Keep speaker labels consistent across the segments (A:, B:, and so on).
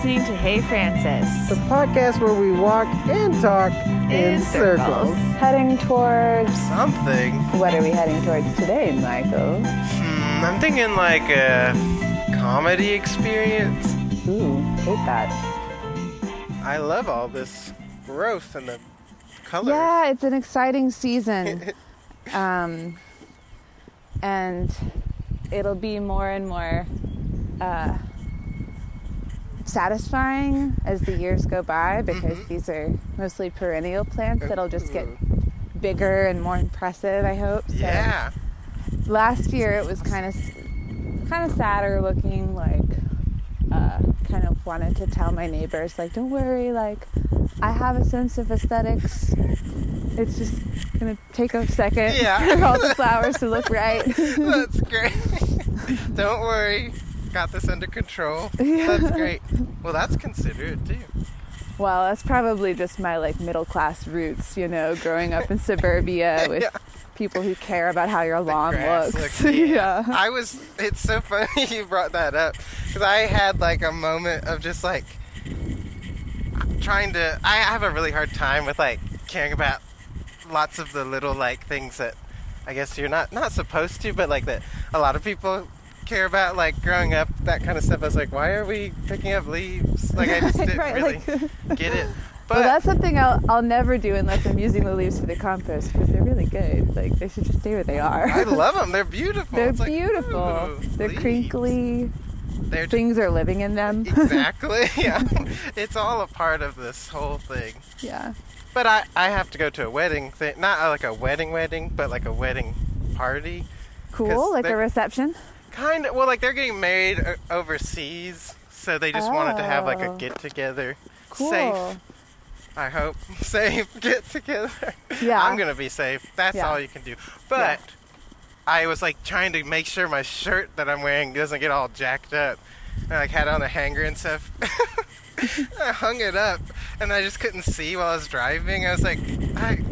A: Faye Francis.
B: The podcast where we walk and talk in, circles.
C: Heading towards.
D: Something. Hmm,
C: What are we heading towards today, Michael?
D: I'm thinking like a comedy experience.
C: Ooh, hate that.
D: I love all this growth and the colors.
A: Yeah, it's an exciting season. um, and it'll be more and more uh, satisfying as the years go by because
C: Mm-hmm.
A: these are mostly perennial plants that'll just get bigger and more impressive, I hope. So
D: Yeah.
A: last year it was kind of kind of sadder looking like uh, kind of wanted to tell my neighbors like don't worry like i have a sense of aesthetics it's just gonna take a second
D: Yeah.
A: for all the flowers to look right
D: That's great. Don't worry. Got this under control. That's great. Well, that's considerate too.
A: well that's probably just my like middle class roots you know growing up in suburbia with people who care about how your lawn
D: grass
A: looks,
D: looks-
A: yeah.
D: I was. It's so funny you brought that up because I had like a moment of just like trying to. I have a really hard time with like caring about lots of the little like things that I guess you're not not supposed to, but like that a lot of people care about like growing up that kind of stuff. I was like, why are we picking up leaves? Like I just didn't
A: Right,
D: really
A: like-
D: get it. But
A: Well, that's something I'll, I'll never do unless I'm using the leaves for the compost because they're really good. Like, they should just stay where they are.
D: I love them. They're beautiful.
A: They're
D: It's like,
A: beautiful.
D: ooh,
A: They're
D: leaves.
A: crinkly.
D: They're just
A: Things are living in them.
D: exactly. Yeah. It's all a part of this whole thing.
A: yeah.
D: But I, I have to go to a wedding thing. Not uh, like a wedding wedding, but like a wedding party.
A: Cool.
D: 'Cause
A: Like a
D: they're-
A: reception.
D: Kind of. Well, like they're getting married o- overseas. So they just wanted to have like a
A: Oh.
D: get together.
A: Cool.
D: Safe. I hope. Safe get together.
A: Yeah.
D: I'm going to be safe. That's
A: Yeah.
D: all you can do. But. I was like trying to make sure my shirt that I'm wearing doesn't get all jacked up. And I like, had on a hanger and stuff. I hung it up and I just couldn't see while I was driving. I was like, I,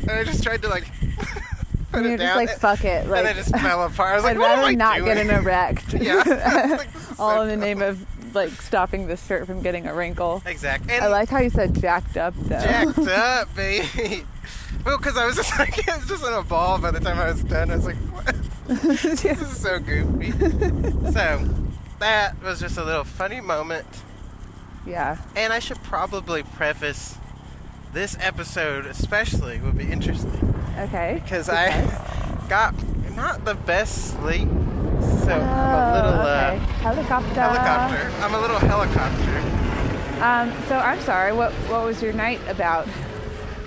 D: and I just tried to like put
A: And
D: it
A: you're just
D: down.
A: like, fuck it.
D: and
A: Like,
D: I just fell apart. I was like,
A: I'd
D: what am
A: rather
D: I
A: not
D: doing?
A: get in a wreck.
D: Yeah. I was like, "Oh." this is
A: All
D: so
A: in the
D: dumb.
A: name of, like, stopping the shirt from getting a wrinkle.
D: Exactly. And
A: I like how you said jacked up, though.
D: jacked up, baby. Well, because I was just like, it was just in a ball by the time I was done. I was like, what? this is so goofy. so, that was just a little funny moment.
A: yeah.
D: And I should probably preface this episode, especially, would be interesting
A: Okay.
D: because I got not the best sleep. So, I'm a little
A: Oh, okay.
D: uh,
A: Helicopter.
D: helicopter. I'm a little helicopter.
A: Um, so I'm sorry. What what was your night about?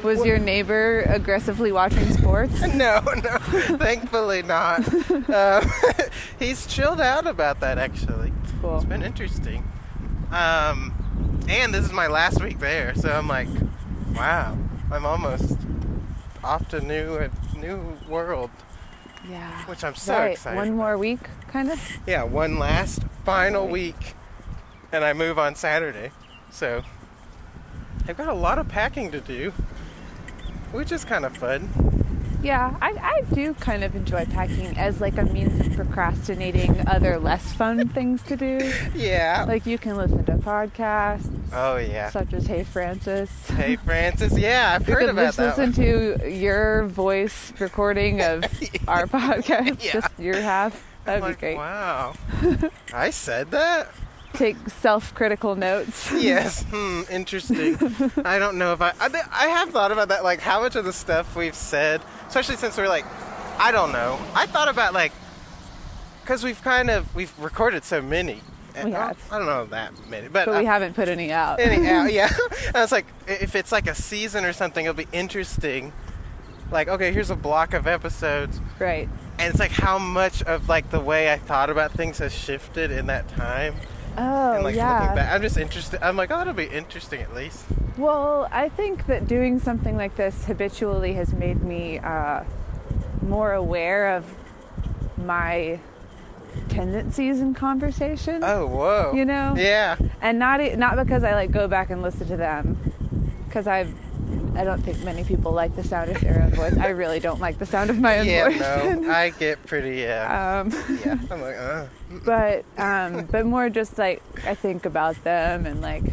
A: Was your neighbor aggressively watching sports?
D: No, no, thankfully not. Um, he's chilled out about that actually.
A: Cool.
D: It's been interesting. Um, and this is my last week there, so I'm like, wow, I'm almost off to new a new world,
A: Yeah.
D: which I'm so
A: right.
D: excited.
A: One
D: about.
A: more week, kind of.
D: Yeah, one last final week, and I move on Saturday, so I've got a lot of packing to do, which is kind of fun.
A: Yeah, I, I do kind of enjoy packing as like a means of procrastinating other less fun things to do.
D: Yeah.
A: Like you can listen to podcasts
D: oh yeah.
A: such as Hey Francis.
D: Hey Francis, yeah, I've heard
A: you can
D: about
A: just
D: that.
A: listen
D: one.
A: to your voice recording of our podcast,
D: Yeah.
A: just your half. That'd
D: Like,
A: be great.
D: Wow. I said that?
A: Take self-critical notes.
D: Yes. Hmm, interesting. I don't know if I, I thi- I have thought about that like how much of the stuff we've said, especially since we're like I don't know. I thought about like cuz we've kind of we've recorded so many.
A: We have.
D: I don't know that many, but,
A: but
D: I-
A: we haven't put any out.
D: Anyhow, yeah. I was like, if it's like a season or something, it'll be interesting. Like, okay, here's a block of episodes,
A: Right.
D: and it's like how much of like the way I thought about things has shifted in that time.
A: Oh,
D: and like looking
A: yeah.
D: back, I'm just interested. I'm like, oh, that'll be interesting at least.
A: Well, I think that doing something like this habitually has made me uh, more aware of my tendencies in conversation.
D: Oh, whoa.
A: You know?
D: Yeah.
A: And not e- not because I like go back and listen to them, because I've. I don't think many people like the sound of their own voice. I really don't like the sound of my own
D: Yeah.
A: voice.
D: No, I get pretty. Yeah.
A: um,
D: yeah. I'm like, uh.
A: but um, but more just like I think about them and like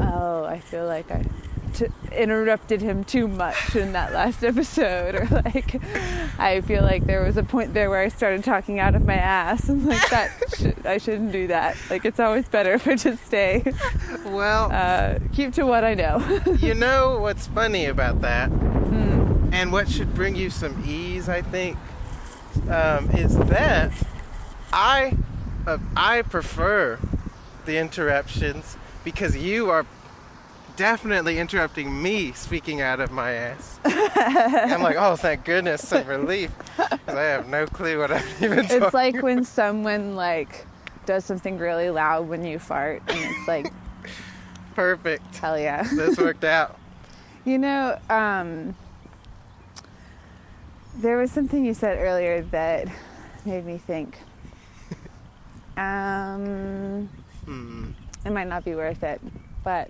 A: oh, I feel like I t- interrupted him too much in that last episode, or like I feel like there was a point there where I started talking out of my ass, and like that sh- I shouldn't do that. Like it's always better if I just stay,
D: Well,
A: uh, keep to what I know.
D: you know what's funny about that,
A: Hmm.
D: and what should bring you some ease, I think, um, is that I uh, I prefer the interruptions because you are definitely interrupting me speaking out of my ass. I'm like, oh, thank goodness, some relief, 'cause I have no clue what I'm even talking.
A: It's like when someone like does something really loud when you fart, and it's like
D: Perfect.
A: hell yeah.
D: This worked out.
A: You know, um, there was something you said earlier that made me think. Um,
D: Hmm.
A: it might not be worth it, but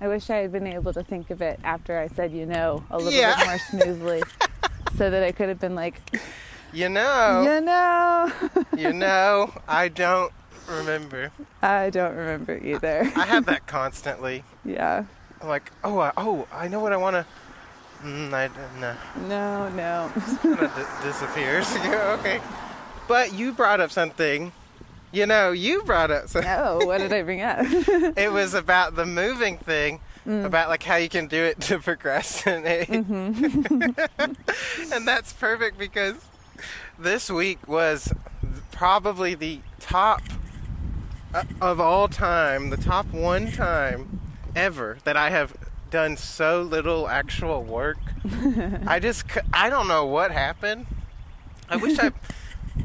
A: I wish I had been able to think of it after I said you know a little
D: Yeah.
A: bit more smoothly, so that I could have been like,
D: You know,
A: you know,
D: you know, I don't remember.
A: I don't remember either.
D: I have that constantly.
A: yeah,
D: I'm like, oh, I, oh, I know what I want to. Mm, I no,
A: no, no.
D: kinda di- disappears. Yeah, okay, but you brought up something. You know, you brought up something.
A: Oh, what did I bring up?
D: It was about the moving thing, about like how you can do it to procrastinate, and that's perfect because this week was probably the top uh, of all time, the top one time ever that I have done so little actual work. I just, cou- I don't know what happened. I wish I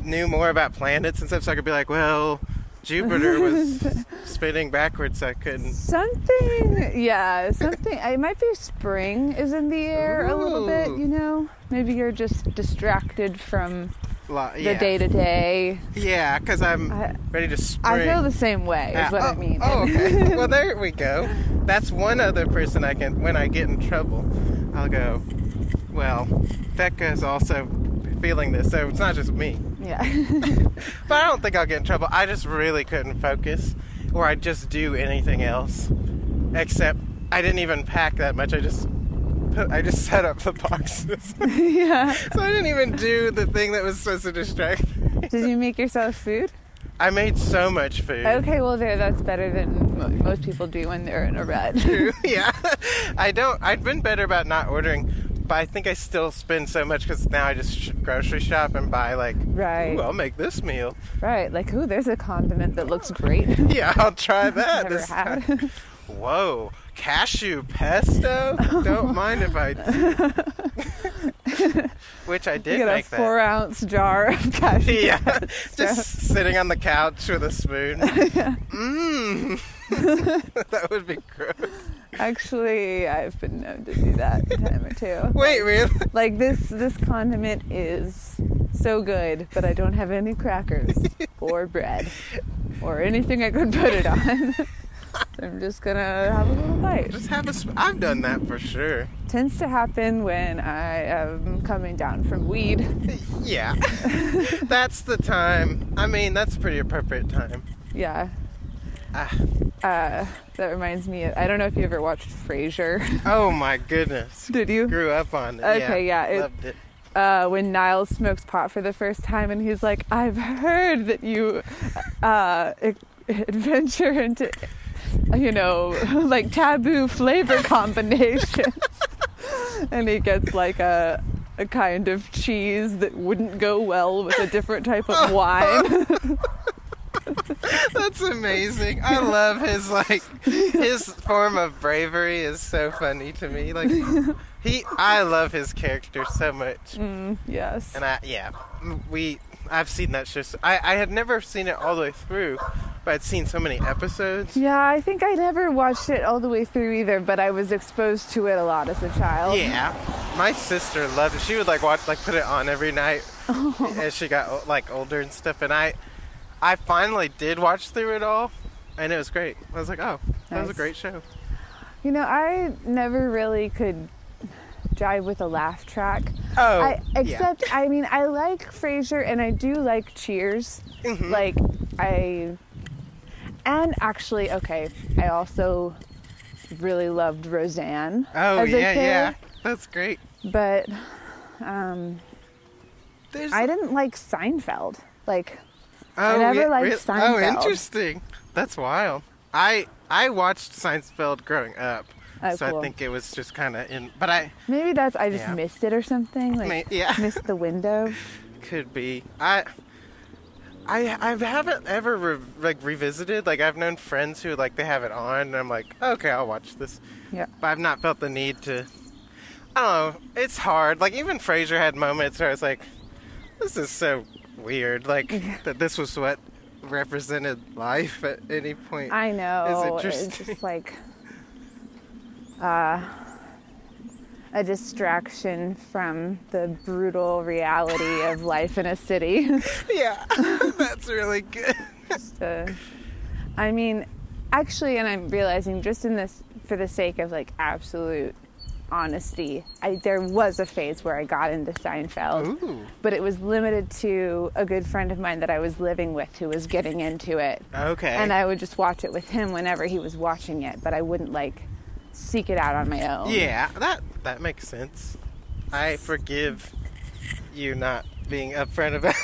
D: knew more about planets and stuff so I could be like, well, Jupiter was s- spinning backwards, so I couldn't.
A: Something, yeah, something. It might be spring is in the air a little bit,
D: Ooh.
A: you know? Maybe you're just distracted from
D: Lo-
A: the
D: yeah.
A: day to day.
D: Yeah, because I'm
A: I-
D: ready to spring.
A: I feel the same way, is
D: Ah,
A: what
D: oh,
A: I mean.
D: Oh, okay. well, there we go. That's one other person I can, when I get in trouble, I'll go, well, Becca's also feeling this, so it's not just me.
A: yeah.
D: But I don't think I'll get in trouble. I just really couldn't focus, or I'd just do anything else. Except I didn't even pack that much. I just put, I just set up the boxes, so
A: yeah.
D: I didn't even do the thing that was supposed to distract. me.
A: Did you make yourself food?
D: I made so much food.
A: Okay, well, there, that's better than mo- most people do when they're in a rut.
D: True. yeah, I don't. I've been better about not ordering, but I think I still spend so much because now I just sh- grocery shop and buy like.
A: Right.
D: Ooh, I'll make this meal.
A: Right. Like, ooh, there's a condiment that looks great.
D: Yeah, I'll try that.
A: Never
D: this
A: had.
D: time. Whoa, cashew pesto? Don't mind if I do. Which I
A: You
D: did
A: get a
D: make that.
A: four ounce jar of cashew.
D: yeah, just sitting on the couch with a spoon. Mmm. that would be gross.
A: Actually, I've been known to do that a time or two.
D: Wait, really?
A: Like this this condiment is so good, but I don't have any crackers or bread or anything I could put it on. So I'm just gonna have a little bite.
D: Just have a sp- I've done that for sure.
A: Tends to happen when I am coming down from weed.
D: Yeah. that's the time. I mean, that's a pretty appropriate time.
A: Yeah.
D: Ah.
A: Uh, that reminds me. Of, I don't know if you ever watched Frasier.
D: Oh my goodness.
A: Did you?
D: Grew up on it.
A: Okay, yeah, it-
D: Loved it.
A: uh, when Niall smokes pot for the first time, and he's like, "I've heard that you uh, ad- adventure into, you know, like taboo flavor combinations," and he gets like a a kind of cheese that wouldn't go well with a different type of wine.
D: That's amazing. I love his like his form of bravery is so funny to me. Like he I love his character so much.
A: Mm. yes.
D: And I yeah, we I've seen that show. So, I I had never seen it all the way through, but I'd seen so many episodes.
A: Yeah, I think I never watched it all the way through either, but I was exposed to it a lot as a child.
D: Yeah, my sister loved it. She would like watch, like put it on every night as she got o- like older and stuff. And I, I finally did watch through it all, and it was great. I was like, oh, that was
A: Nice.
D: a great show.
A: You know, I never really could jive with a laugh track.
D: Oh,
A: I,
D: yeah.
A: except, I mean, I like Frasier and I do like Cheers.
D: Mm-hmm.
A: Like, I. And actually, okay, I also really loved Roseanne
D: Oh
A: as a
D: yeah,
A: kid,
D: yeah. That's great.
A: but um,
D: There's
A: I didn't like Seinfeld. Like
D: oh,
A: never
D: yeah,
A: liked
D: real- Oh,
A: Seinfeld.
D: interesting. That's wild. I I watched Seinfeld growing up.
A: Oh,
D: so
A: cool.
D: I think it was just kind of in but I
A: maybe that's I just
D: Yeah.
A: missed it or something. Like
D: May- yeah.
A: missed the window.
D: could be I I, I haven't ever re- like revisited. Like I've known friends who like they have it on, and I'm like, okay, I'll watch this.
A: Yeah.
D: But I've not felt the need to. I don't know. It's hard. Like even Frasier had moments where I was like, "This is so weird." Like that this was what represented life at any point.
A: I know. It's
D: interesting.
A: just like uh, a distraction from the brutal reality of life in a city.
D: yeah, that's really good.
A: Just, uh, I mean, actually, and I'm realizing just in this, for the sake of like absolute honesty, I, there was a phase where I got into Seinfeld,
D: Ooh.
A: but it was limited to a good friend of mine that I was living with who was getting into it.
D: Okay.
A: And I would just watch it with him whenever he was watching it, but I wouldn't like seek it out on my own.
D: Yeah, that that makes sense. I forgive you not being upfront about.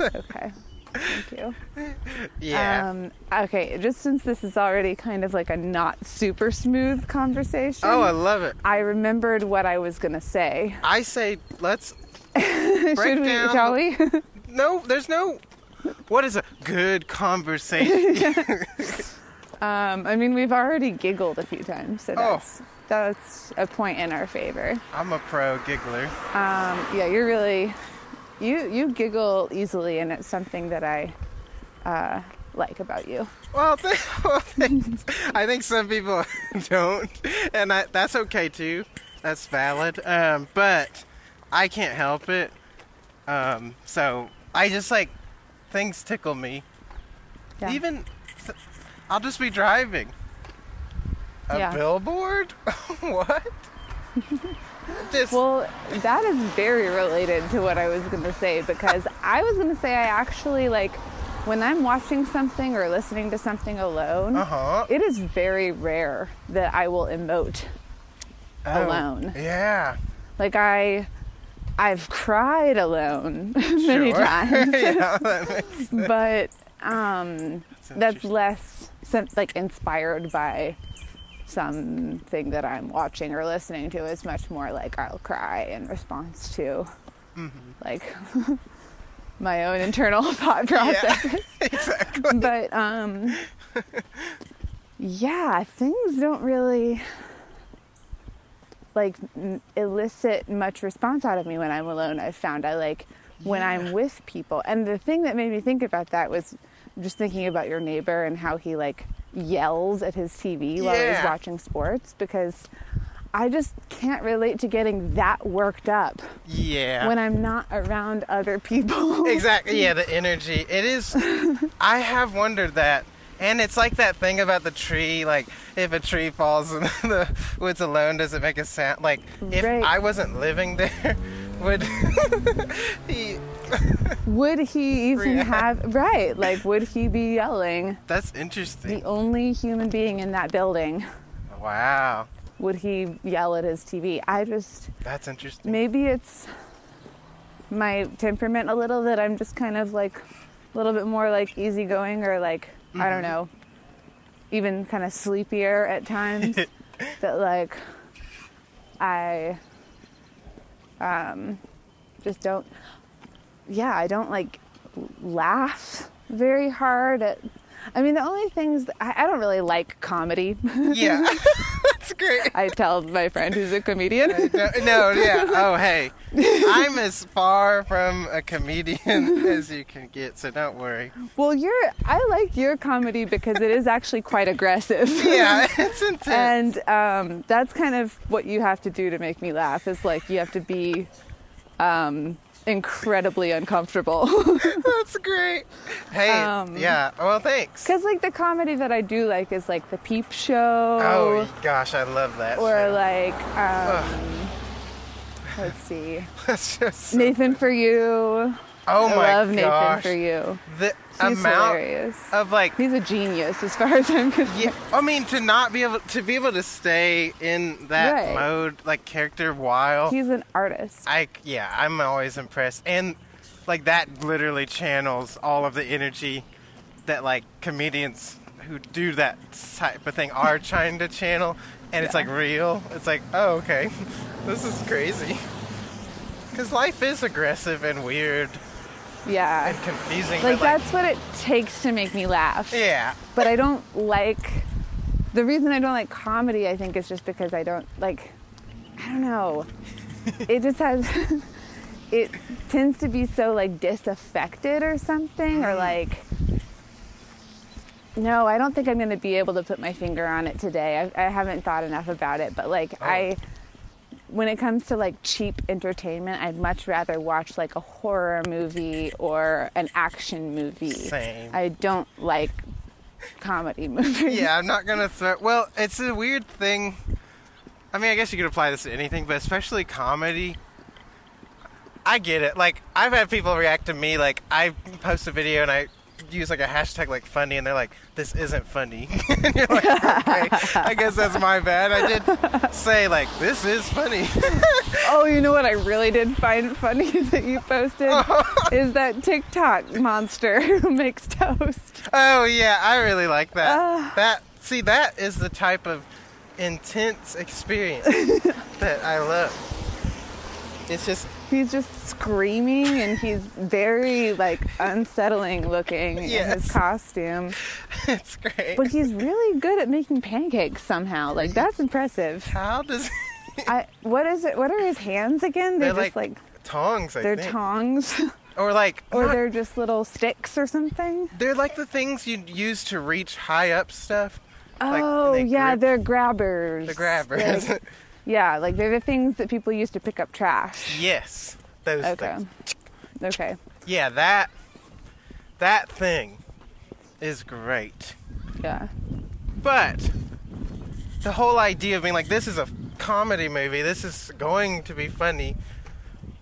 A: Okay. Thank you.
D: yeah.
A: Um, okay, just since this is already kind of like a not super smooth conversation.
D: oh, I love it.
A: I remembered what I was gonna say.
D: I say let's.
A: Should we?
D: down
A: Shall we?
D: No, there's no. What is a good conversation?
A: um, I mean, we've already giggled a few times, so
D: Oh.
A: that's that's a point in our favor.
D: I'm a pro giggler.
A: Um, yeah, you're really you you giggle easily, and it's something that I uh, like about you.
D: Well, th- well thanks. I think some people don't, and I, that's okay too. That's valid. Um, but I can't help it. Um, so I just like things tickle me.
A: Yeah.
D: Even s- I'll just be driving. A
A: Yeah.
D: billboard? what? Just
A: Well, that is very related to what I was going to say because I was going to say I actually like when I'm watching something or listening to something alone.
D: Uh-huh.
A: It is very rare that I will emote.
D: oh,
A: alone.
D: Yeah.
A: Like I I've cried alone many
D: Sure.
A: times,
D: yeah. that makes-
A: but um that's
D: interesting.
A: less some- like inspired by something that I'm watching or listening to. It's much more like I'll cry in response to like my own internal thought process.
D: exactly.
A: But um yeah, things don't really like n- elicit much response out of me when I'm alone. I've found I like when I'm with people. And the thing that made me think about that was just thinking about your neighbor and how he like yells at his TV while he's
D: Yeah.
A: watching sports because I just can't relate to getting that worked up
D: Yeah.
A: when I'm not around other people.
D: exactly yeah the energy it is i have wondered that and it's like that thing about the tree like if a tree falls in the woods alone does it make a sound like if
A: Right.
D: i wasn't living there would he
A: Would he even
D: React.
A: have right? Like, would he be yelling?
D: that's
A: The
D: interesting
A: only human being in that building.
D: wow
A: Would he yell at his TV? I just
D: that's interesting
A: maybe it's my temperament a little that I'm just kind of like a little bit more like easygoing or like I don't know, even kind of sleepier at times. that like I um, just don't. Yeah, I don't like laugh very hard at. I mean, the only things I, I don't really like comedy.
D: yeah that's great
A: I tell my friend who's a comedian.
D: no, no yeah oh hey i'm as far from a comedian as you can get so don't worry
A: Well, your I like your comedy because it is actually quite aggressive.
D: yeah it's intense
A: and um, that's kind of what you have to do to make me laugh is like you have to be um, incredibly uncomfortable
D: That's great. Hey,
A: Um,
D: yeah. Well, thanks.
A: because like the comedy that i do like is like the peep show
D: Oh gosh, I love that.
A: or
D: show.
A: like um,
D: Ugh.
A: let's see
D: That's just so-
A: nathan for you
D: Oh
A: I
D: my
A: love Nathan
D: gosh.
A: for you.
D: The
A: He's
D: amount
A: hilarious.
D: of like
A: He's a genius as far as I'm concerned.
D: yeah, I mean to not be able to be able to stay in that
A: Right.
D: mode like character while
A: He's an artist.
D: I yeah, I'm always impressed. And like that literally channels all of the energy that like comedians who do that type of thing are trying to channel and it's like real. It's like, "Oh, okay. This is crazy." Cuz life is aggressive and weird
A: Yeah.
D: and confusing.
A: Like
D: but, like
A: that's what it takes to make me laugh.
D: yeah.
A: But I don't like the reason I don't like comedy I think is just because I don't like I don't know. it just has it tends to be so like disaffected or something or like no, I don't think I'm going to be able to put my finger on it today. I, I haven't thought enough about it, but like I when it comes to like cheap entertainment, I'd much rather watch like a horror movie or an action movie.
D: Same.
A: I don't like comedy movies.
D: yeah, I'm not gonna throw. Well, it's a weird thing. I mean, I guess you could apply this to anything, but especially comedy. I get it. Like, I've had people react to me. Like, I post a video and I use like a hashtag like funny, and they're like, "This isn't funny." and you're like, "Okay, I guess that's my bad." I did say like, "This is funny."
A: Oh, you know what I really did find funny that you posted is that TikTok monster who makes toast.
D: Oh yeah, I really like that.
A: Ah.
D: that see, that is the type of intense experience that I love. It's just
A: He's just screaming and he's very like unsettling looking in
D: Yes.
A: his costume.
D: it's great.
A: But he's really good at making pancakes somehow. Like that's impressive.
D: How does
A: I what is it? What are his hands again? They're,
D: they're like,
A: just like,
D: tongs? I
A: they're
D: think.
A: tongs,
D: or like
A: or
D: not- they're,
A: they're just little sticks or something.
D: like the things you would use to reach high up stuff. Like,
A: oh
D: they
A: yeah,
D: grip
A: they're grabbers.
D: the grabbers.
A: Like, yeah, like they're the things that people use to pick up trash.
D: yes, those
A: Okay.
D: things.
A: Okay.
D: Yeah, that that thing is great.
A: Yeah.
D: But the whole idea of being like, this is a comedy movie, this is going to be funny,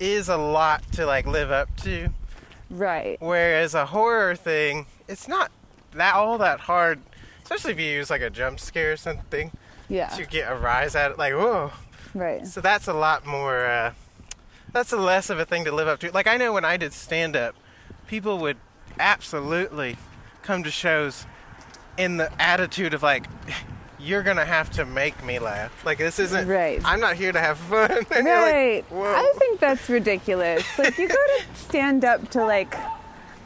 D: is a lot to like live up to.
A: Right.
D: Whereas a horror thing, it's not that all that hard, especially if you use like a jump scare or something
A: Yeah.
D: to get a rise out of like, whoa.
A: Right.
D: So that's a lot more, uh, that's a less of a thing to live up to. Like I know when I did stand up, people would absolutely come to shows in the attitude of like, you're gonna have to make me laugh. Like this isn't,
A: Right.
D: I'm not here to have fun. And you're like,
A: Right.
D: whoa.
A: I think that's ridiculous. Like you go to stand up to like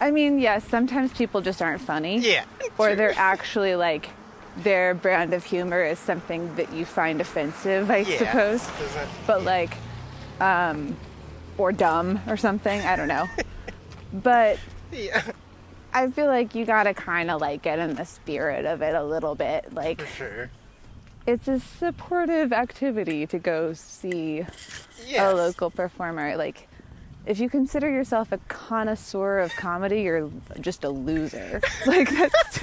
A: I mean, yes, sometimes people just aren't funny.
D: yeah.
A: Or they're actually like their brand of humor is something that you find offensive, I
D: yeah.
A: suppose.
D: Doesn't-
A: But like um or dumb or something, I don't know. but
D: Yeah.
A: I feel like you gotta kinda like get in the spirit of it a little bit. Like
D: For sure.
A: it's a supportive activity to go see
D: Yeah.
A: a local performer. Like, if you consider yourself a connoisseur of comedy, you're just a loser. Like that's,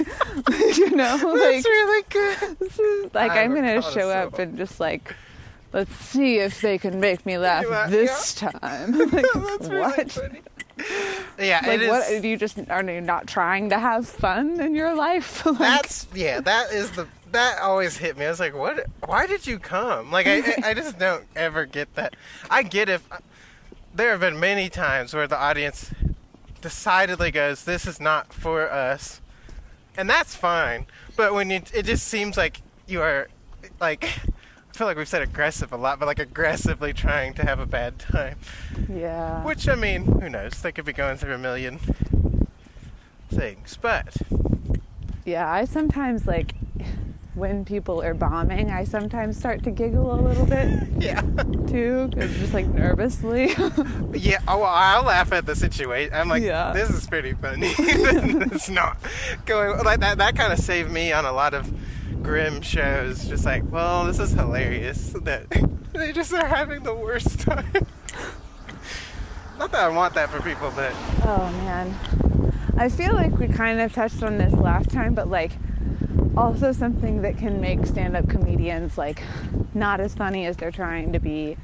A: you know, like
D: That's really good.
A: like I'm,
D: I'm a
A: gonna show up
D: connoisseur.
A: and just like, let's see if they can make me laugh
D: You are-
A: this time. like,
D: That's really
A: what?
D: funny. Yeah,
A: Like
D: it is.
A: what? You just are you not trying to have fun in your life? like,
D: That's yeah. That is the that always hit me. I was like, what? Why did you come? Like I I I just don't ever get that. I get if there have been many times where the audience decidedly goes, this is not for us, and that's fine. But when you, it just seems like you are like. I feel like we've said aggressive a lot, but like aggressively trying to have a bad time.
A: yeah.
D: Which I mean, who knows? They could be going through a million things, but
A: Yeah, I sometimes like when people are bombing, I sometimes start to giggle a little bit
D: yeah.
A: too, 'cause just like nervously.
D: Yeah, oh, well, I'll laugh at the situation. I'm like,
A: Yeah.
D: this is pretty funny. it's not going like that. That kind of saved me on a lot of grim shows. Just like, well, this is hilarious that they just are having the worst time. not that I want that for people, but
A: oh man. I feel like we kind of touched on this last time, but like also something that can make stand up comedians like not as funny as they're trying to be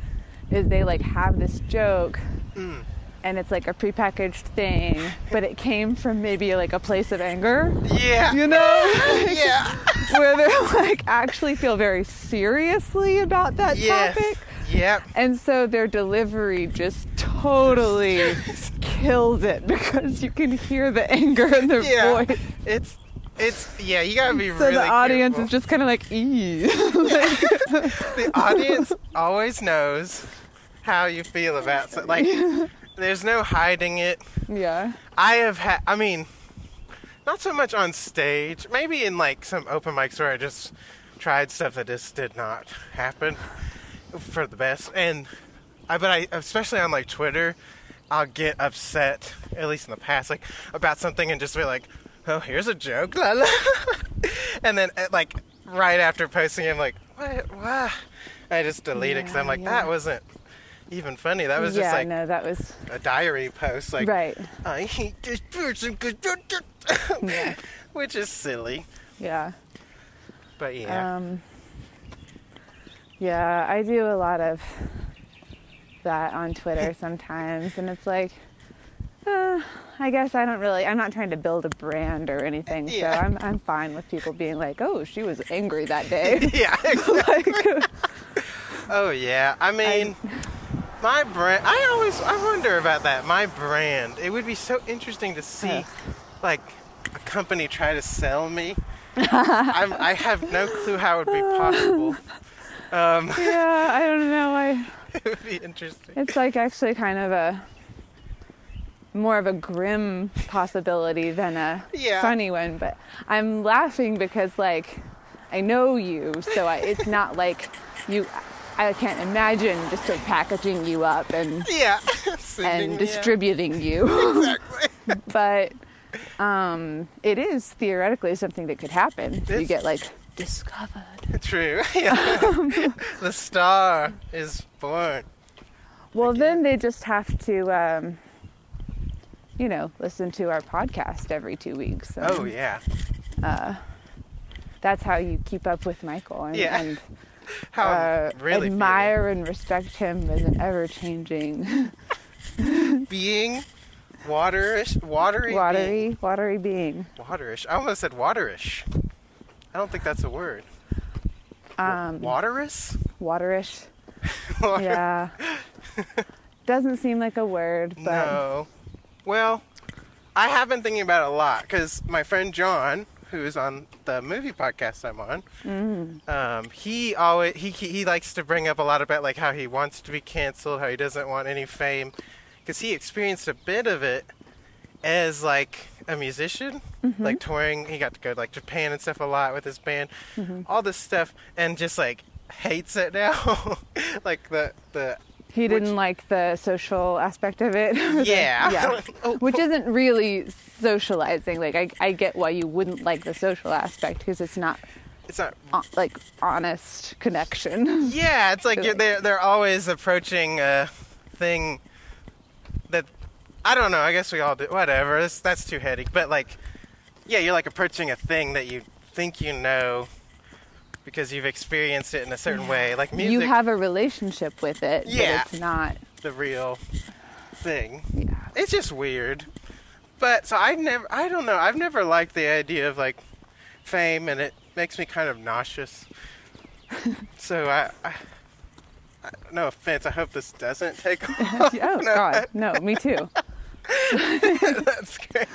A: is they like have this joke and it's like a prepackaged thing, but it came from maybe like a place of anger,
D: Yeah.
A: you know,
D: Yeah.
A: where they're like actually feel very seriously about that
D: Yes.
A: topic.
D: Yep.
A: And so their delivery just totally kills it because you can hear the anger in their
D: Yeah.
A: voice.
D: It's it's yeah. You gotta be
A: So
D: really.
A: the audience
D: careful.
A: is just kind of like, ee. Like,
D: the audience always knows how you feel about so like there's no hiding it
A: yeah.
D: i have had i mean not so much on stage maybe in like some open mics where i just tried stuff that just did not happen for the best and i but i especially on like twitter i'll get upset at least in the past like about something and just be like oh here's a joke la, la. and then uh, like right after posting it, i'm like what why i just delete it because i'm
A: Yeah,
D: like
A: yeah.
D: that wasn't even funny that was
A: yeah,
D: just like
A: no, that was
D: a diary post like
A: right.
D: I hate this person 'cause-
A: Yeah.
D: which is silly,
A: Yeah.
D: but yeah,
A: Um, yeah, I do a lot of that on Twitter sometimes, and it's like, uh, I guess I don't really. I'm not trying to build a brand or anything,
D: Yeah.
A: so I'm I'm fine with people being like, "Oh, she was angry that day."
D: yeah.
A: like,
D: oh yeah. I mean, my brand. I always I wonder about that. My brand. It would be so interesting to see, like, a company try to sell me. I'm, I have no clue how it would be possible. Um,
A: yeah, I don't know. I
D: it would be interesting.
A: it's like actually kind of a more of a grim possibility than a
D: Yeah.
A: funny one but i'm laughing because like i know you so I, it's not like you i can't imagine just sort of packaging you up and
D: Yeah.
A: and
D: Sending me out.
A: distributing you
D: Exactly.
A: but um it is theoretically something that could happen you
D: It's-
A: get like discovered
D: True. Yeah.
A: Um,
D: the star is born.
A: well then they just have to um you know listen to our podcast every two weeks and-
D: Oh yeah.
A: that's how you keep up with Michael and,
D: Yeah.
A: and
D: How
A: uh,
D: I'm really feeling.
A: admire and respect him as an ever changing,
D: being waterish, watery, being-
A: watery, watery being.
D: waterish. I almost said waterish. I don't think that's a word.
A: Um,
D: Waterous?
A: waterish.
D: Water-
A: Yeah. Doesn't seem like a word, but
D: No. Well, I have been thinking about it a lot because my friend John, who is on the movie podcast I'm on, um, he always he, he he likes to bring up a lot about like how he wants to be canceled, how he doesn't want any fame, because he experienced a bit of it as like a musician, like touring. He got to go to like Japan and stuff a lot with his band, all this stuff, and just like hates it now, like the the
A: he didn't like the social aspect of it. or the-
D: yeah.
A: yeah.
D: Oh,
A: Which isn't really socializing. Like, I, I get why you wouldn't like the social aspect because it's not
D: it's not
A: uh, like honest connection.
D: Yeah, it's like
A: Really.
D: you're, they're they're always approaching a thing that I don't know. I guess we all do. Whatever. That's, that's too heady. But like, yeah, you're like approaching a thing that you think you know because you've experienced it in a certain way. Like music,
A: You have a relationship with it,
D: Yeah.
A: but it's not.
D: the real thing.
A: Yeah.
D: It's just weird. But so I never. I don't know. I've never liked the idea of like fame, and it makes me kind of nauseous. so I. I I- no offense. I hope this doesn't take off.
A: oh
D: No,
A: god no me too
D: That's great.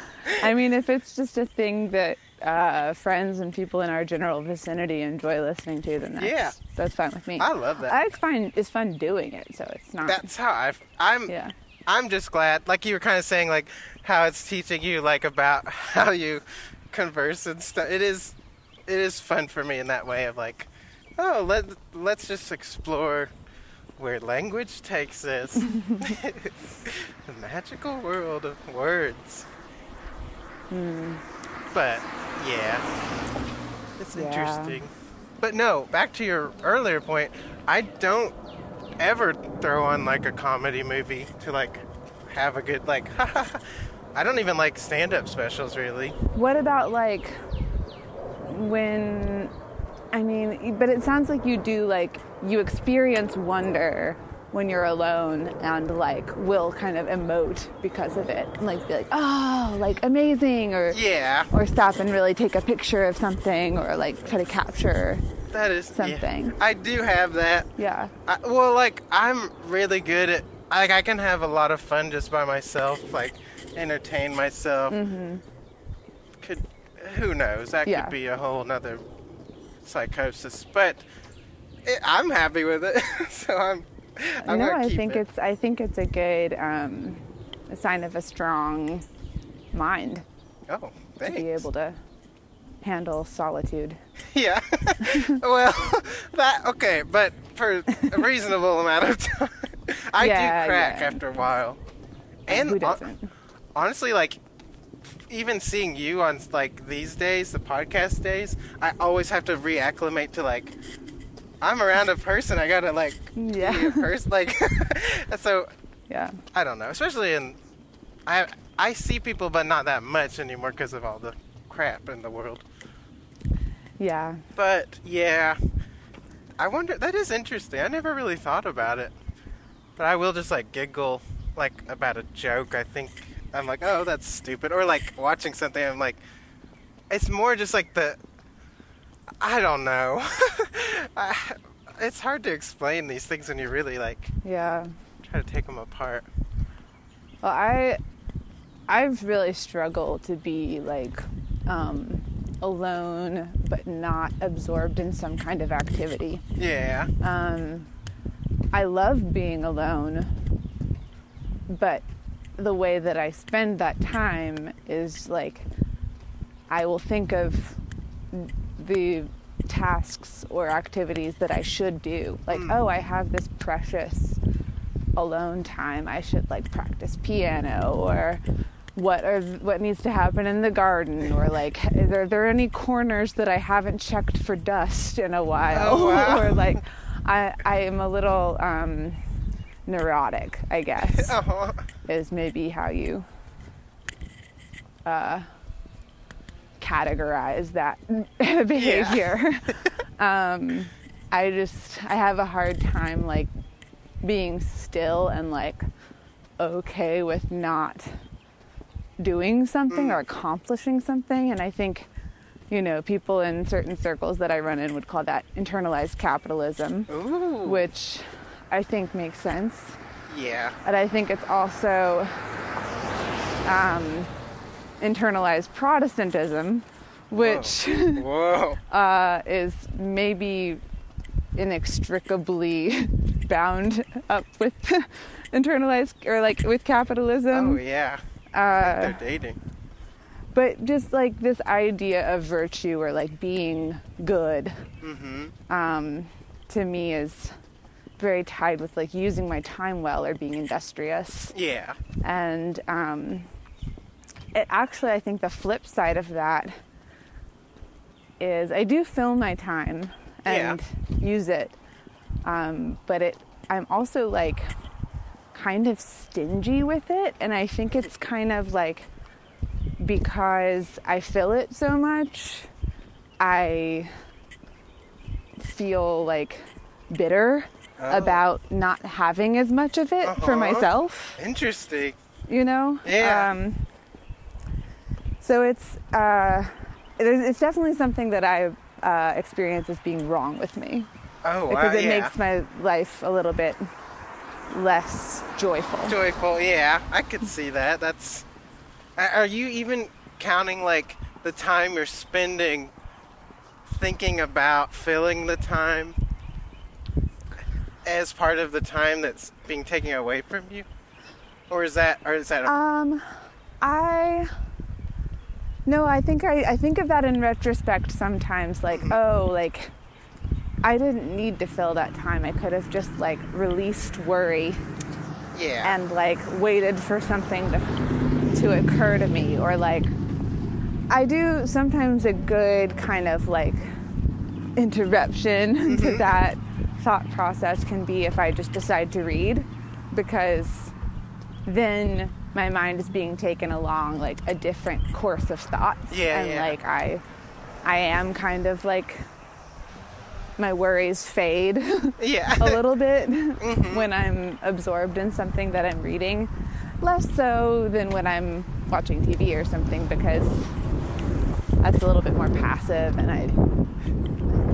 A: i mean if it's just a thing that uh, friends and people in our general vicinity enjoy listening to then that's,
D: Yeah.
A: that's fine with me
D: I love that.
A: Uh, it's fine it's fun doing it so it's not
D: That's how I. I'm.
A: yeah
D: I'm just glad, like you were kind of saying, like how it's teaching you, like about how you converse and stuff. It is, it is fun for me in that way of like, oh, let let's just explore where language takes us, the magical world of words.
A: Hmm.
D: But yeah, it's
A: Yeah.
D: interesting. But no, back to your earlier point, I don't ever throw on like a comedy movie to like have a good like I don't even like stand-up specials really.
A: what about like when i mean but it sounds like you do like you experience wonder when you're alone and like will kind of emote because of it and like be like oh like amazing or
D: Yeah,
A: or stop and really take a picture of something or like try to capture
D: that is yeah.
A: Something.
D: I do have that.
A: yeah
D: I, well, like I'm really good at like I can have a lot of fun just by myself, like entertain myself. Could who knows? That
A: Mm-hmm. Yeah.
D: could be a whole nother psychosis, but it, I'm happy with it, so I'm. I'm
A: no,
D: gonna
A: I
D: keep
A: think
D: it.
A: it's I think it's a good um, a sign of a strong mind
D: oh,
A: to
D: thanks.
A: be able to handle solitude.
D: Yeah. well, that okay, but for a reasonable amount of time, I
A: Yeah,
D: do crack
A: yeah.
D: after a while.
A: Who
D: And uh, hon-
A: doesn't?
D: honestly, like even seeing you on like these days, the podcast days, I always have to reacclimate to like I'm around a person. I gotta like be a
A: Yeah,
D: person. Like so,
A: yeah,
D: I don't know. Especially in I I see people, but not that much anymore because of all the crap in the world.
A: yeah.
D: But yeah, I wonder. That is interesting. I never really thought about it. But I will just like giggle like about a joke. I think I'm like, oh, that's stupid. Or like watching something. I'm like, it's more just like the. I don't know. I, it's hard to explain these things when you really like
A: yeah.
D: try to take them apart.
A: Well, I I've really struggled to be like um, alone, but not absorbed in some kind of activity.
D: Yeah.
A: Um, I love being alone, but the way that I spend that time is like I will think of the tasks or activities that I should do. Like,
D: Mm.
A: oh, I have this precious alone time. I should like practice piano or what are what needs to happen in the garden or like are there any corners that I haven't checked for dust in a while
D: Oh, wow.
A: or like I I am a little um neurotic, I guess
D: Oh,
A: is maybe how you uh, categorize that behavior. um, I just I have a hard time like being still and like okay with not doing something or accomplishing something, and I think you know people in certain circles that I run in would call that internalized capitalism,
D: ooh.
A: which I think makes sense
D: yeah.
A: but I think it's also um, internalized Protestantism, which
D: Whoa.
A: uh, is maybe inextricably bound up with internalized or like with
D: Oh
A: capitalism.
D: yeah.
A: Um, uh,
D: They're dating.
A: but just like this idea of virtue or like being good
D: Mm-hmm.
A: um, to me is very tied with like using my time well or being industrious.
D: Yeah.
A: And um, it actually, I think the flip side of that is I do film my time and use it, um, but it I'm also like kind of stingy with it, and I think it's kind of like because I feel it so much, I feel like bitter
D: Oh.
A: about not having as much of it for
D: Uh-huh.
A: myself
D: Interesting.
A: you know?
D: Yeah.
A: Um, so it's, uh, it is, it's definitely something that I uh, experience as being wrong with me
D: Oh wow.
A: because it
D: yeah.
A: makes my life a little bit less joyful.
D: joyful. Yeah, I could see that. That's. Are are you even counting like the time you're spending thinking about filling the time as part of the time that's being taken away from you, or is that or is that a,
A: Um, I no, I think I, I think of that in retrospect sometimes. Like,
D: Mm-hmm.
A: oh, like I didn't need to fill that time. I could have just like released worry
D: yeah?
A: and like waited for something to to occur to me or like I do sometimes a good kind of like interruption
D: Mm-hmm.
A: to that thought process can be if I just decide to read because then my mind is being taken along like a different course of thoughts
D: Yeah,
A: and
D: yeah.
A: like I I am kind of like my worries fade
D: Yeah.
A: a little bit
D: Mm-hmm.
A: when I'm absorbed in something that I'm reading, less so than when I'm watching TV or something because that's a little bit more passive and I,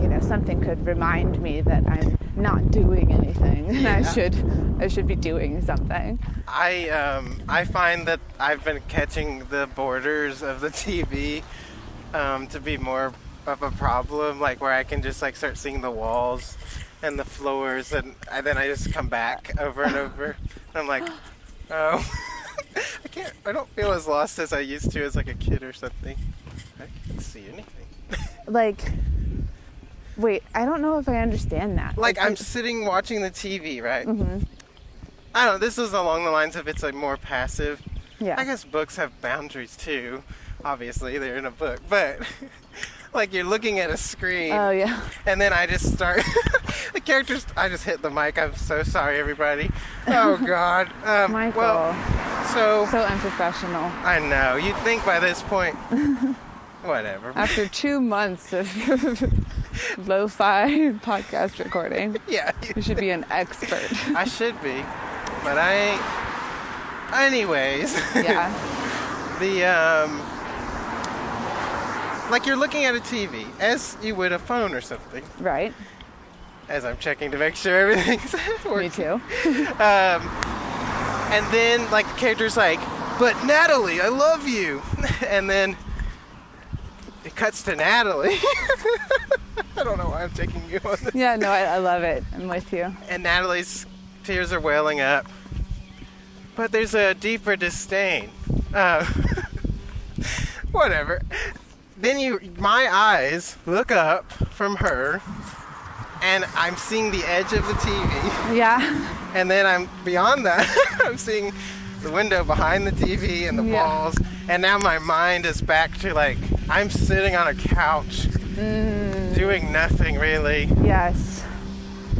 A: you know, something could remind me that I'm not doing anything and I should, I should be doing something.
D: I um I find that I've been catching the borders of the TV um, to be more of a problem, like where I can just like start seeing the walls and the floors, and, and then I just come back over and over, and I'm like, oh, I can't, I don't feel as lost as I used to as like a kid or something. I can't see anything.
A: Like, wait, I don't know if I understand that.
D: like I'm sitting watching the TV, right? Mm-hmm. I don't. know, This is along the lines of it's like more passive.
A: Yeah.
D: I guess books have boundaries too. Obviously, they're in a book, but like you're looking at a screen,
A: Oh yeah.
D: and then I just start. the characters. I just hit the mic. I'm so sorry, everybody. Oh God. Um,
A: Michael,
D: Well, so
A: so unprofessional.
D: I know. You'd think by this point, whatever.
A: After two months of lo-fi podcast recording,
D: yeah.
A: you should be an expert.
D: I should be, but I ain't. Anyways.
A: Yeah.
D: the um like you're looking at a TV as you would a phone or something.
A: Right.
D: As I'm checking to make sure everything's
A: Me
D: working.
A: too.
D: And then like the character's like, "But Natalie, I love you," and then it cuts to Natalie. I don't know why I'm taking you on this.
A: Yeah. No, I, I love it. I'm with you.
D: And Natalie's tears are welling up, but there's a deeper disdain. Uh, whatever. Then you, my eyes look up from her, and I'm seeing the edge of the TV,
A: Yeah.
D: and then I'm beyond that. I'm seeing the window behind the TV and the
A: Yeah.
D: walls, and now my mind is back to like I'm sitting on a couch,
A: Mm.
D: doing nothing really
A: Yes.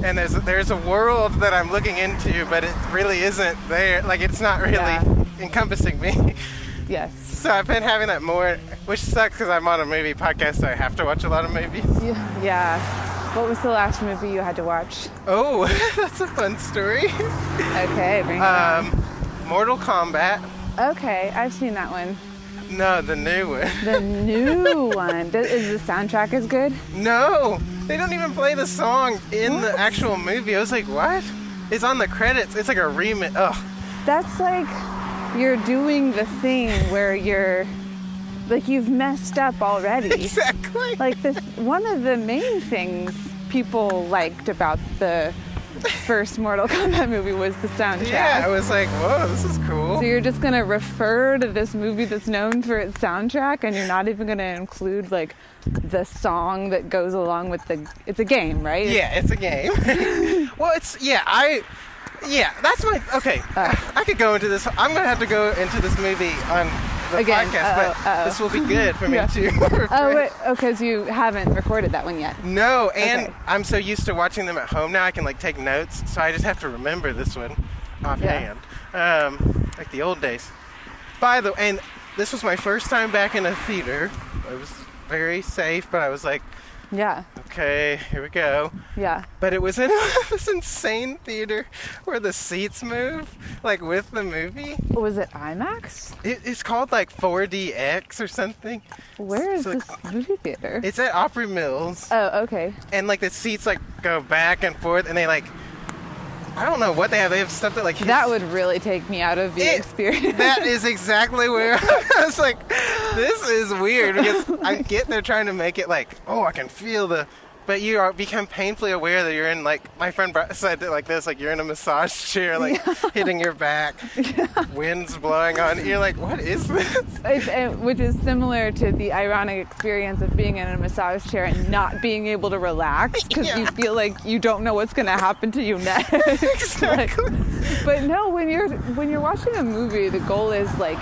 D: and there's there's a world that I'm looking into, but it really isn't there. Like it's not really
A: Yeah.
D: encompassing me.
A: Yes.
D: So I've been having that more, which sucks because I'm on a movie podcast, so I have to watch a lot of movies.
A: Yeah. yeah. What was the last movie you had to watch?
D: Oh, that's a fun story.
A: Okay. Bring it on.
D: Um, Mortal Kombat.
A: Okay. I've seen that one.
D: No, the new one.
A: The new one. Th- Is the soundtrack as good?
D: No, they don't even play the song in the actual movie. I was like, what? It's on the credits. It's like a remix. Oh,
A: That's like you're doing the thing where you're like you've messed up already.
D: exactly.
A: like the one of the main things people liked about the first Mortal Kombat movie was the soundtrack.
D: yeah, I was like, whoa, this is cool.
A: So you're just gonna refer to this movie that's known for its soundtrack, and you're not even gonna include like the song that goes along with the. It's a game, right?
D: Yeah, it's a game. well, it's yeah, I yeah, that's my okay.
A: Uh.
D: I could go into this. I'm gonna have to go into this movie on the
A: Again,
D: podcast,
A: uh-oh,
D: but
A: uh-oh.
D: this will be good for me
A: Yeah.
D: too.
A: Oh wait, oh, because you haven't recorded that one yet.
D: No, and
A: Okay.
D: I'm so used to watching them at home now. I can like take notes, so I just have to remember this one offhand, um, like the old days. By the and this was my first time back in a theater. I was very safe, but I was like,
A: Yeah,
D: okay, here we go.
A: yeah.
D: But it was in this insane theater where the seats move, like with the movie.
A: Was it IMAX?
D: It, it's called like 4DX or something.
A: Where is
D: So- uh,
A: this movie theater?
D: It's at Opry Mills,
A: Oh, okay.
D: and like the seats like go back and forth, and they like I don't know what they have. They have stuff that like
A: That
D: hits-
A: would really take me out of the
D: It-
A: experience.
D: That is exactly where I was like, this is weird because I get they're trying to make it like, oh, I can feel the, but you are become painfully aware that you're in like my friend Bri- said it like this, like you're in a massage chair, like hitting your back, winds blowing on. You're like, what is this?
A: It's, uh, which is similar to the ironic experience of being in a massage chair and not being able to relax because you
D: Yeah.
A: feel like you don't know what's going to happen to you next. Like, but no, when you're when you're watching a movie, the goal is like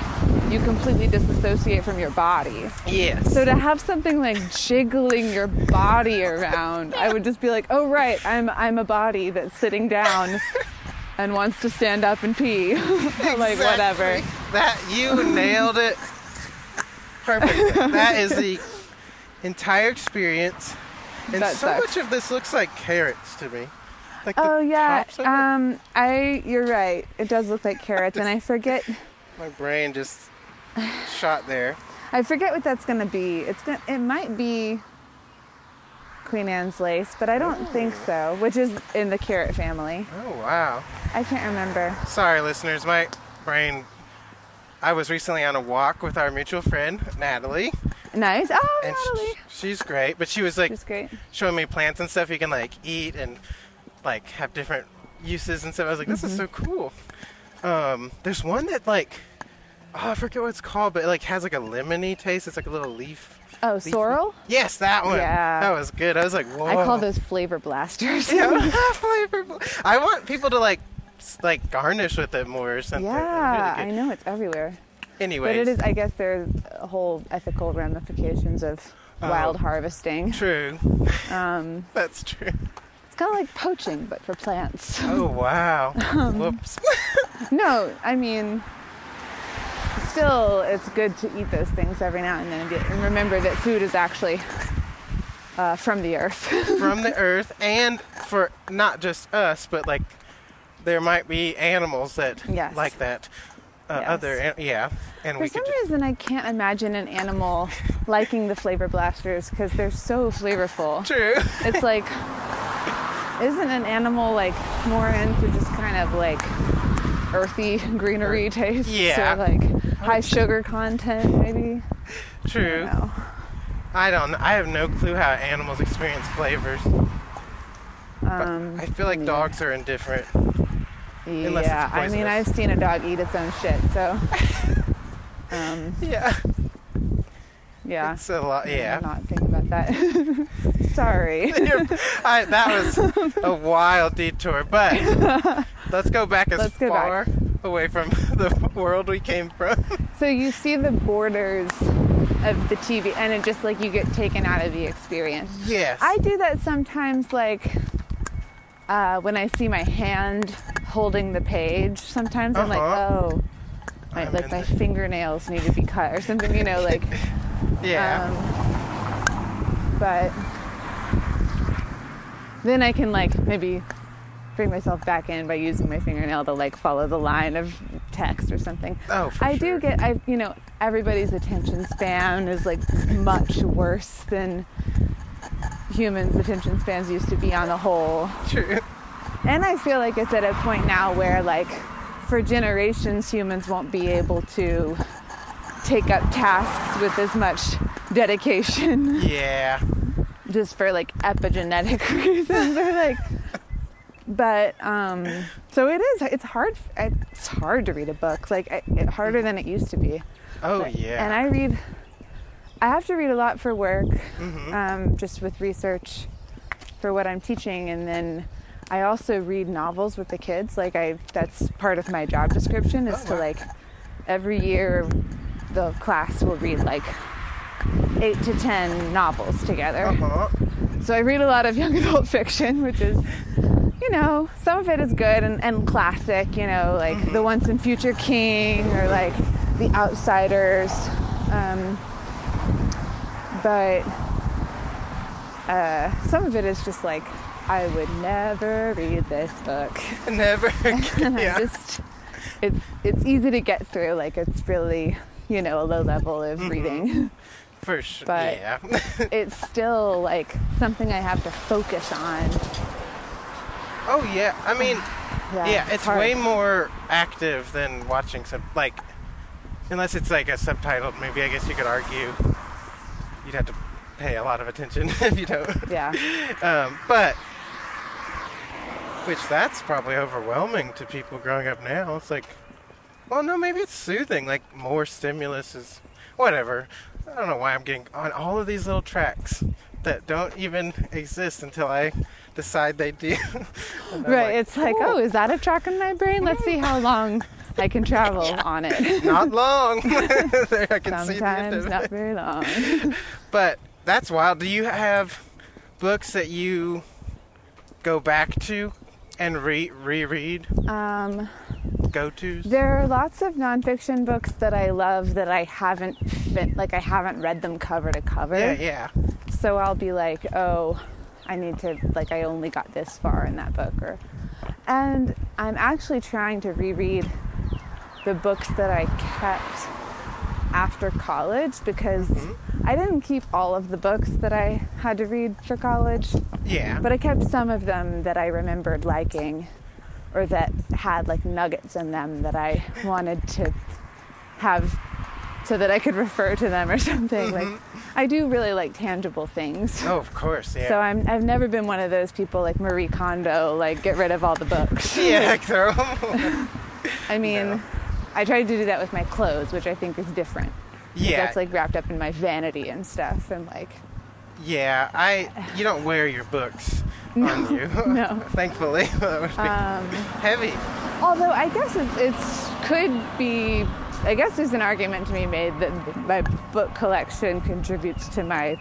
A: you completely disassociate from your body.
D: Yes.
A: So to have something like jiggling your body around, I would just be like, "Oh right, I'm I'm a body that's sitting down and wants to stand up and pee." like whatever.
D: That you nailed it. Perfect. that is the entire experience. And
C: That
D: so
C: sucks.
D: much of this looks like carrots to me. Like the
A: Oh yeah.
D: tops of it.
A: Um, I you're right. It does look like carrots, and I forget.
D: My brain just shot there.
A: I forget what that's gonna be. It's gonna. It might be Queen Anne's lace, but I don't think so. Which is in the carrot family.
D: Oh wow.
A: I can't remember.
D: Sorry, listeners. My brain. I was recently on a walk with our mutual friend Natalie,
A: Nice. Oh,
D: and sh-
A: Natalie.
D: she's great. But she was like
A: She's great.
D: showing me plants and stuff you can like eat and like have different uses and stuff. I was like, this is so
A: Mm-hmm.
D: cool. Um, there's one that like oh I forget what it's called, but it like has like a lemony taste. It's like a little leaf.
A: Oh,
D: leafy-
A: sorrel.
D: Yes, that one.
A: Yeah.
D: That was good. I was like, whoa.
A: I call those flavor blasters.
D: Yeah, flavor. I want people to like s- like garnish with it more or something.
A: Yeah, I
D: Really good.
A: know it's everywhere.
D: Anyways,
A: But it is, I guess, there's a whole ethical ramifications of
D: Oh.
A: wild harvesting.
D: true.
A: Um,
D: That's true.
A: it's kind of like poaching, but for plants.
D: Oh wow. Whoops.
A: no, I mean, still, it's good to eat those things every now and then and, get, and remember that food is actually uh, from the earth.
D: From the earth, and for not just us, but like there might be animals that
A: Yes.
D: like that. Uh,
A: Yes.
D: Other, an- yeah, and
A: for
D: we
A: some
D: could. ju-
A: reason, I can't imagine an animal liking the flavor blasters because they're so flavorful.
D: True.
A: it's like isn't an animal like more into just kind of like earthy greenery taste
D: Yeah.
A: or like high sugar content maybe I
D: True.
A: don't know.
D: I don't. kn- I have no clue how animals experience flavors. But
A: Um,
D: I feel like dogs are indifferent. Unless it's
A: yeah i mean i've
D: poisonous.
A: seen a dog eat its own shit so um,
D: Yeah.
A: yeah
D: It's a lot. Yeah.
A: I'm not thinking about that sorry
D: You're- I, that was a wild detour, but let's go back as
A: Let's go back.
D: far away from the world we came from.
A: so you see the borders of the tv and it just like you get taken out of the experience
D: Yes.
A: I do that sometimes, like uh, when I see my hand holding the page. Sometimes I'm like,
D: Uh-huh.
A: oh, my,
D: I'm
A: like
D: in
A: my
D: the-
A: fingernails need to be cut or something, you know, like.
D: yeah.
A: Um, but then I can like maybe bring myself back in by using my fingernail to like follow the line of text or something.
D: Oh, for
A: I
D: sure.
A: do get I you know everybody's attention span is like much worse than humans' attention spans used to be on the whole.
D: True.
A: And I feel like it's at a point now where, like, for generations, humans won't be able to take up tasks with as much dedication
D: Yeah.
A: just for like epigenetic reasons or like but um so it is it's hard it's hard to read a book like I- it, harder than it used to be
D: Oh
A: and
D: yeah.
A: I read. I have to read a lot for work,
D: Mm-hmm.
A: um, just with research for what I'm teaching, and then I also read novels with the kids. Like I, that's part of my job description is
D: Oh,
A: to
D: wow.
A: like every year the class will read like eight to ten novels together.
D: uh-huh.
A: So I read a lot of young adult fiction, which is, you know, some of it is good and, and classic, you know, like The Once and Future King or like The Outsiders. Um, but uh, some of it is just like, I would never read this book.
D: Never.
A: I
D: yeah.
A: just, it's, it's easy to get through. Like, it's really, you know, a low level of reading.
D: for sure.
A: but-
D: yeah.
A: it's still like something I have to focus on.
D: oh yeah. I mean, yeah, it's
A: hard.
D: way more active than watching some like, unless it's like a subtitled movie. I guess you could argue you'd have to pay a lot of attention if you don't.
A: Yeah.
D: Um, but which that's probably overwhelming to people growing up now. It's like, well, no, maybe it's soothing. Like more stimulus is whatever. I don't know why I'm getting on all of these little tracks that don't even exist until I decide they do. And I'm
A: Right.
D: like,
A: it's like, oh, is that a track in my brain? Let's see how long I can travel on it.
D: not long. there, I can see the end
A: Sometimes
D: of it.
A: not very long.
D: But that's wild. Do you have books that you go back to and re reread?
A: Um,
D: go tos?
A: there are lots of nonfiction books that I love that I haven't fin- like I haven't read them cover to cover.
D: Yeah, yeah.
A: so I'll be like, oh, I need to, like, I only got this far in that book. Or, and I'm actually trying to reread the books that I kept after college because I didn't keep all of the books that I had to read for college,
D: Yeah.
A: but I kept some of them that I remembered liking or that had like nuggets in them that I wanted to have so that I could refer to them or something.
D: Mm-hmm.
A: Like I do really like tangible things.
D: oh, of course. Yeah.
A: So I'm, I've never been one of those people like Marie Kondo, like get rid of all the books.
D: yeah, throw 'em away.
A: I mean,
D: No.
A: I tried to do that with my clothes, which I think is different. 'Cause
D: Yeah.
A: That's like wrapped up in my vanity and stuff. And like,
D: Yeah, I. You don't wear your books on you.
A: no. Um.
D: Thankfully, that would be heavy.
A: although I guess it, it's could be, I guess there's an argument to be made that my book collection contributes to my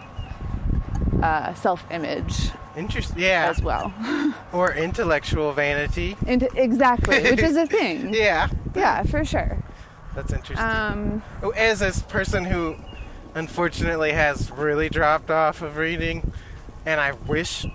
A: uh, self image
D: Interesting. Yeah.
A: as well.
D: Or intellectual vanity.
A: and exactly, which is a thing.
D: Yeah,
A: Yeah, for sure.
D: that's interesting.
A: Um,
D: Oh, As this person who, unfortunately, has really dropped off of reading, and I wish.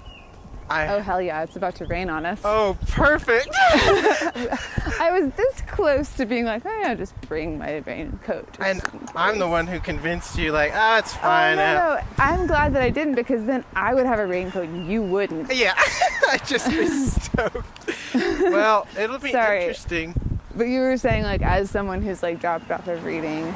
D: I.
A: oh hell yeah, it's about to rain on us.
D: Oh, perfect.
A: I was this close to being like, oh, I'll just bring my raincoat.
D: and I'm the one who convinced you, like, ah, it's
A: Oh, no,
D: fine. uh,
A: no. I'm glad that I didn't because then I would have a raincoat and you wouldn't.
D: Yeah, I just be stoked. well, it'll be
A: Sorry.
D: interesting.
A: But you were saying, like, as someone who's like dropped off of reading,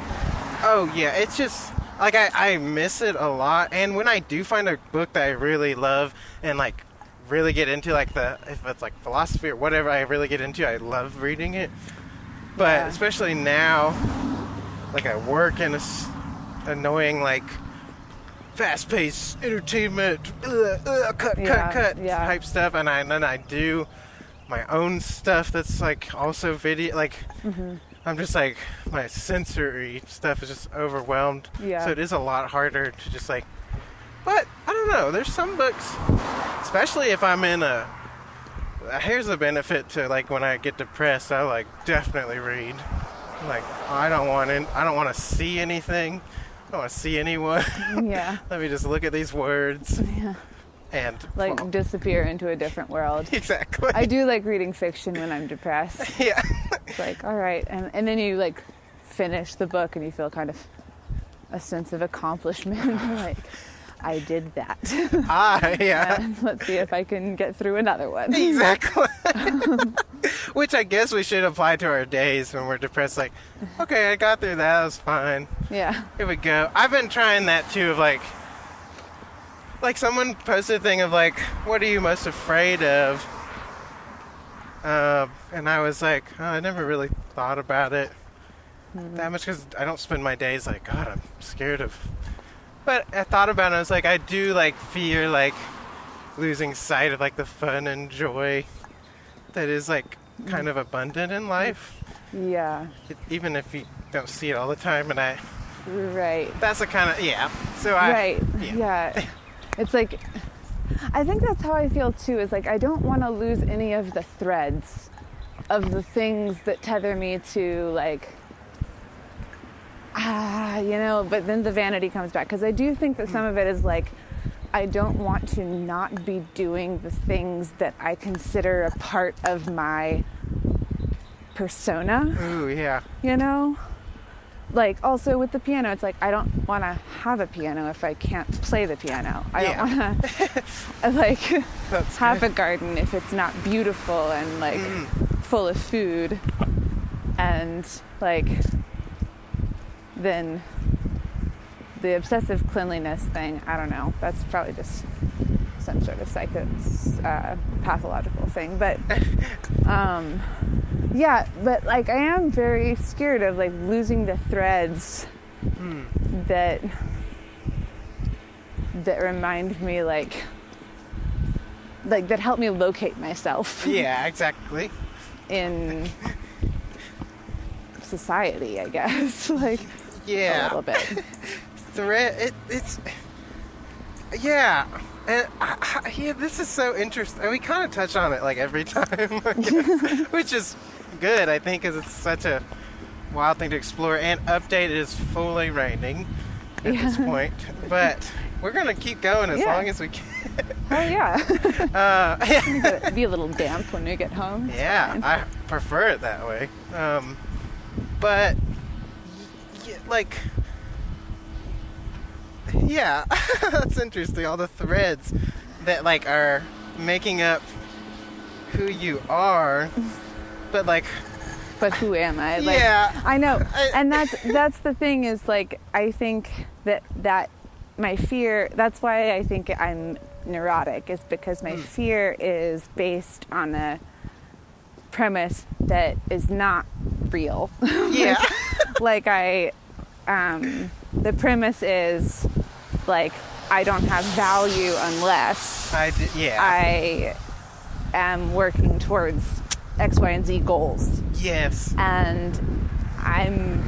D: Oh yeah, it's just like I, I miss it a lot. And when I do find a book that I really love and like really get into, like the if it's like philosophy or whatever I really get into, I love reading it. But
A: Yeah.
D: especially now, like I work in a s- annoying like fast-paced entertainment, ugh, ugh, cut,
A: Yeah,
D: cut, cut
A: yeah.
D: type stuff, and, I, and then I do my own stuff that's like also video like.
A: Mm-hmm.
D: I'm just like my sensory stuff is just overwhelmed.
A: Yeah.
D: So it is a lot harder to just like but I don't know, there's some books especially if I'm in a here's a benefit to like when I get depressed, I like definitely read. Like I don't want in, I don't want to see anything. I don't want to see anyone.
A: yeah,
D: Let me just look at these words. And
A: like disappear into a different world.
D: exactly.
A: I do like reading fiction when I'm depressed.
D: yeah.
A: It's like, all right. And, and then you like finish the book and you feel kind of a sense of accomplishment. like, I did that.
D: ah, yeah.
A: and let's see if I can get through another one.
D: Exactly. Which I guess we should apply to our days when we're depressed. Like, okay, I got through that. It was fine.
A: Yeah.
D: Here we go. I've been trying that too. Of like, like someone posted a thing of like, what are you most afraid of? Um, and I was like, oh, I never really thought about it that much because I don't spend my days like, God, I'm scared of. But I thought about it. I was like, I do like fear like losing sight of like the fun and joy that is like kind of abundant in life,
A: Yeah.
D: it, even if you don't see it all the time. And I,
A: Right.
D: that's the kind of yeah. So I
A: right.
D: yeah.
A: Yeah. It's like I think that's how I feel too. Is like I don't want to lose any of the threads of the things that tether me to like ah, you know, but then the vanity comes back cuz I do think that some of it is like I don't want to not be doing the things that I consider a part of my persona
D: Ooh yeah.
A: you know like also with the piano it's like i don't want to have a piano if i can't play the piano i don't
D: Yeah.
A: want to like
D: That's
A: have a garden if it's not beautiful and like
D: Mm.
A: full of food and like then the obsessive cleanliness thing i don't know that's probably just some sort of psycho uh, pathological thing but um yeah but like i am very scared of like losing the threads
D: Hmm.
A: that that remind me like like that help me locate myself
D: Yeah, exactly.
A: in society i guess like a
D: Yeah.
A: little bit
D: threat. It, it's yeah. And I, I, yeah, this is so interesting. We kind of touch on it like every time, I guess, which is good, I think, because it's such a wild thing to explore and update. It is fully raining at this point, but We're gonna keep going as
C: Yeah.
D: long as we can.
A: Hell Oh, yeah.
D: Uh, yeah,
A: Be a little damp when we get home.
D: yeah, I prefer it that way. Um, but y- y- like, yeah, that's interesting. All the threads that like are making up who you are, but like,
A: but who am I? Like,
D: Yeah.
A: I know,
D: I-
A: and that's that's the thing is like I think that that my fear. That's why I think I'm neurotic is because
D: Hmm.
A: my fear is based on a premise that is not real.
D: yeah,
A: like I, um, the premise is like I don't have value unless
D: I d- yeah,
A: I am working towards X, Y, and Z goals
D: yes,
A: and I'm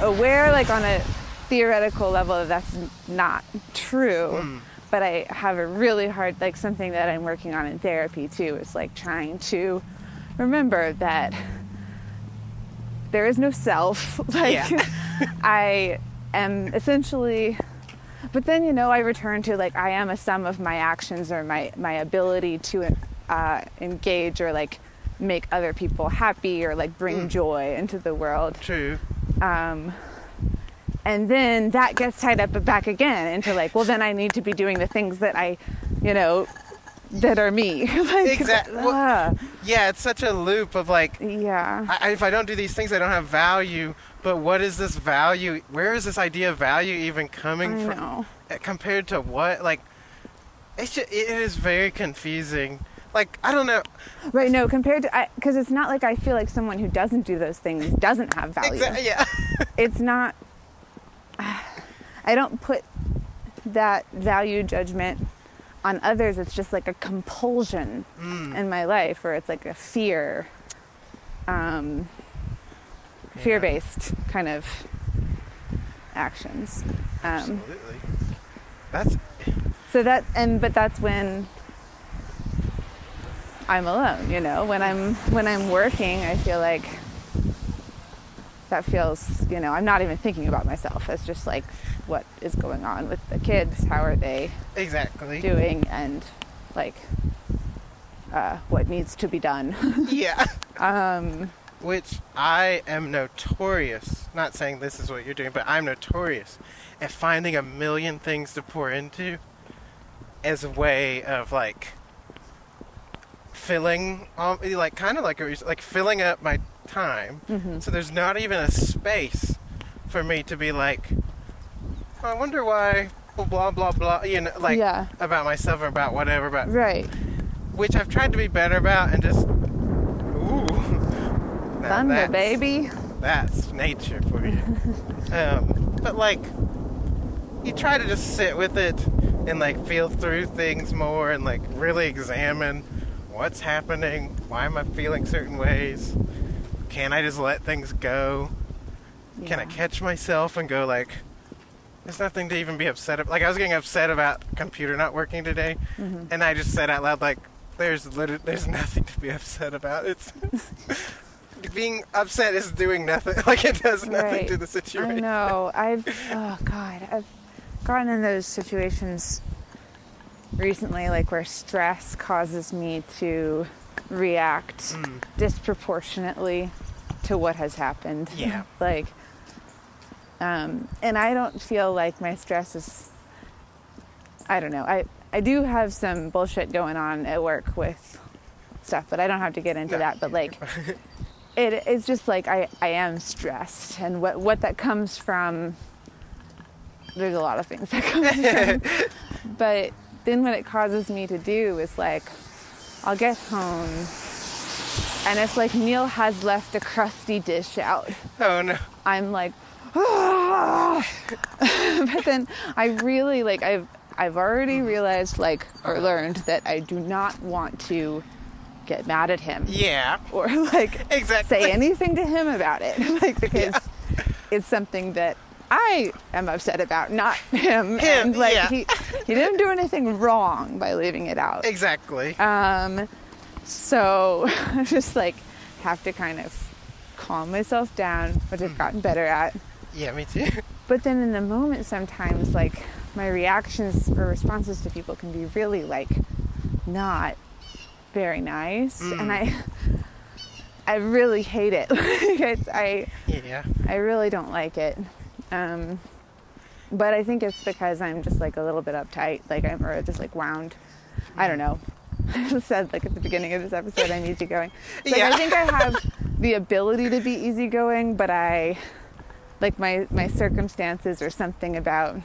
A: aware, like on a theoretical level, that that's not true. But I have a really hard, like something that I'm working on in therapy too, is like trying to remember that there is no self. Like
D: Yeah.
A: I am essentially. But then you know, I return to like I am a sum of my actions or my my ability to uh, engage or like make other people happy or like bring
D: Mm.
A: joy into the world.
D: true.
A: Um, and then that gets tied up back again into like, well, then I need to be doing the things that I, you know, that are me. like,
D: Exact- well-
A: ah,
D: Yeah, it's such a loop of like,
A: yeah.
D: I, I- if I don't do these things, I don't have value. But what is this value? Where is this idea of value even coming
A: I
D: from?
A: know.
D: Uh, Compared to what? Like, it's just, it is very confusing. Like, I don't know.
A: Right, no, compared to, because it's not like I feel like someone who doesn't do those things doesn't have value.
D: Exa- yeah.
A: It's not, I don't put that value judgment on others. It's just like a compulsion in my life, or it's like a fear, um, fear based kind of actions. Um,
D: Absolutely. That's
A: so that and but that's when I'm alone, you know. When I'm when I'm working, I feel like that feels, you know, I'm not even thinking about myself. It's just like what is going on with the kids? How are they
D: exactly.
A: doing and like uh, what needs to be done.
D: Yeah.
A: um,
D: Which I am notorious. Not saying this is what you're doing, but I'm notorious at finding a million things to pour into as a way of like filling, um, like kind of like a, res- like filling up my time.
A: Mm-hmm.
D: So there's not even a space for me to be like, I wonder why blah blah blah, blah you know, like
A: Yeah.
D: about myself or about whatever. About
A: right.
D: which I've tried to be better about and just ooh. Now
A: Thunder
D: that's-
A: baby.
D: That's nature for you. um, but like you try to just sit with it and like feel through things more and like really examine what's happening, why am I feeling certain ways? Can I just let things go? Can I
A: Yeah.
D: catch myself and go like there's nothing to even be upset about. Like I was getting upset about computer not working today,
A: Mm-hmm.
D: and I just said out loud like, "There's liter- there's nothing to be upset about. It's being upset is doing nothing. Like it does nothing
A: Right.
D: to the situation.
A: I know. I've oh god, I've gotten in those situations recently, like where stress causes me to react disproportionately to what has happened.
D: Yeah.
A: like, um, and I don't feel like my stress is. I don't know. I I do have some bullshit going on at work with stuff, but I don't have to get into
D: No,
A: that. But
D: you're
A: like it, it's just like I, I am stressed and what, what that comes from there's a lot of things that come from but then what it causes me to do is like i'll get home and if like neil has left a crusty dish out
D: Oh no.
A: i'm like "Ah." but then i really like i've i've already realized like or learned that i do not want to get mad at him
D: Yeah.
A: or like
D: Exactly.
A: say anything to him about it like because it's something that I am upset about, not him.
D: Him,
A: and like
D: yeah.
A: he, he didn't do anything wrong by leaving it out.
D: Exactly.
A: Um, so I just like have to kind of calm myself
D: Mm.
A: down, which I've gotten better at.
D: yeah, me too.
A: But then in the moment, sometimes like my reactions or responses to people can be really like not very nice and i i really hate it like it's, i
D: Yeah.
A: I really don't like it. Um, but I think it's because I'm just like a little bit uptight, like I'm or just like wound. I don't know. I said like at the beginning of this episode I'm easygoing. It's Like
D: Yeah.
A: I think I have the ability to be easygoing, but I like my my circumstances or something about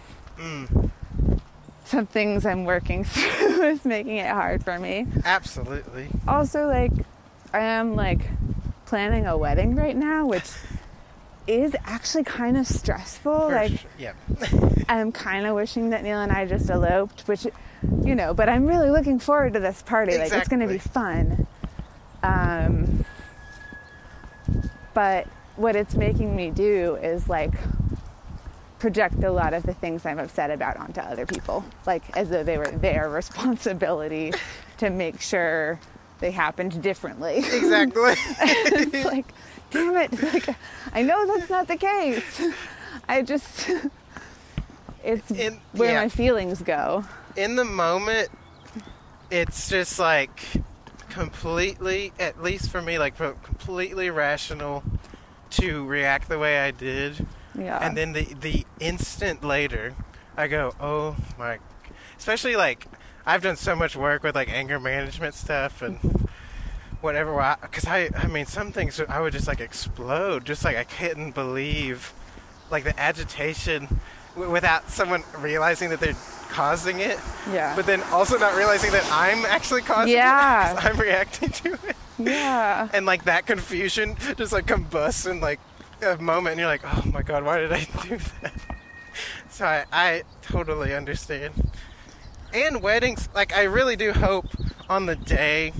A: some things I'm working through is making it hard for me
D: Absolutely.
A: also like I am like planning a wedding right now, which is actually kind of stressful.
D: For
A: like
D: sure. Yeah.
A: I'm kind of wishing that Neil and I just eloped, which you know, but I'm really looking forward to this party. Like it's going to be fun. Um but what it's making me do is like project a lot of the things I'm upset about onto other people, like as though they were their responsibility to make sure they happened differently.
D: Exactly.
A: It's like, damn it. Like, I know that's not the case. I just, it's
D: In-
A: where
D: yeah.
A: my feelings go.
D: in the moment, it's just like completely, at least for me, like pro- completely rational to react the way I did.
A: Yeah.
D: And then the the instant later, I go, oh my, especially like I've done so much work with like anger management stuff and whatever. Because I, I mean, some things I would just like explode, just like I couldn't believe, like the agitation, w- without someone realizing that they're causing it.
A: Yeah.
D: But then also not realizing that I'm actually causing
A: Yeah.
D: it. 'cause I'm reacting to it
A: yeah.
D: and like that confusion just like combusts in like a moment and you're like oh my god why did i do that so I, I totally understand and weddings like i really do hope on the day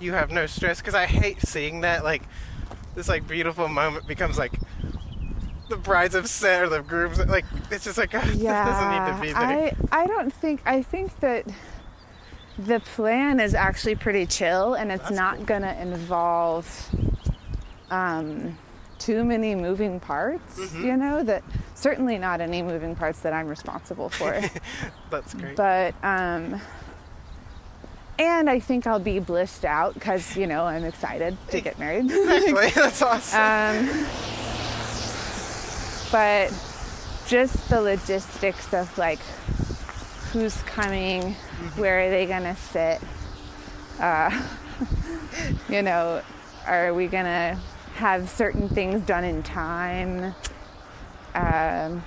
D: you have no stress because i hate seeing that like this like beautiful moment becomes like the bride's upset or the groom's like it's just like
A: Yeah.
D: this doesn't need to be there
A: I, I don't think, I think that the plan is actually pretty chill and it's
D: That's
A: not going to involve um, too many moving parts,
D: Mm-hmm.
A: you know, that certainly not any moving parts that I'm responsible for.
D: that's great
A: but um and i think i'll be blissed out because you know i'm excited to get married
D: exactly that's awesome
A: um but just the logistics of like who's coming where are they gonna sit uh you know are we gonna have certain things done in time um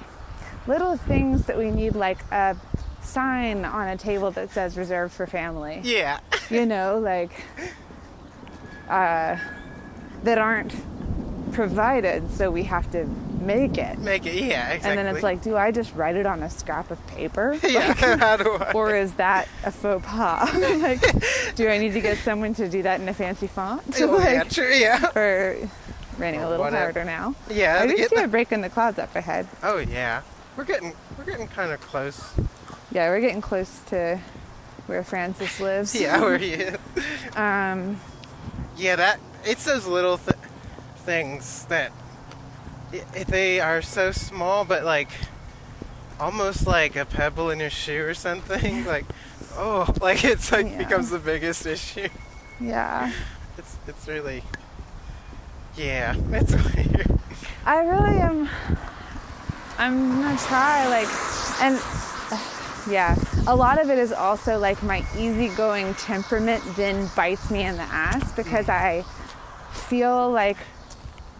A: little things that we need like a sign on a table that says reserved for family
D: yeah
A: you know, like uh, that aren't provided, so we have to make it.
D: make it yeah exactly
A: And then it's like, do I just write it on a scrap of paper?
D: yeah how do i
A: Or is that a faux pas? like, do I need to get someone to do that in a fancy font?
D: Oh, yeah,
A: like,
D: true, yeah.
A: Or raining a
D: Or
A: little
D: whatever.
A: harder now.
D: Yeah.
A: I
D: to
A: did
D: get
A: see a
D: the-
A: break in the clouds up ahead.
D: oh yeah, we're getting we're getting kind of close.
A: Yeah, we're getting close to where Francis lives.
D: Yeah, where he is.
A: Um,
D: Yeah, that it's those little th- things that i i- they are so small, but like almost like a pebble in your shoe or something. like oh, like it's like
A: Yeah.
D: becomes the biggest issue.
A: yeah.
D: It's it's really yeah, it's weird.
A: I really am. I'm gonna try, like, and uh, yeah, a lot of it is also like my easygoing temperament then bites me in the ass because I feel like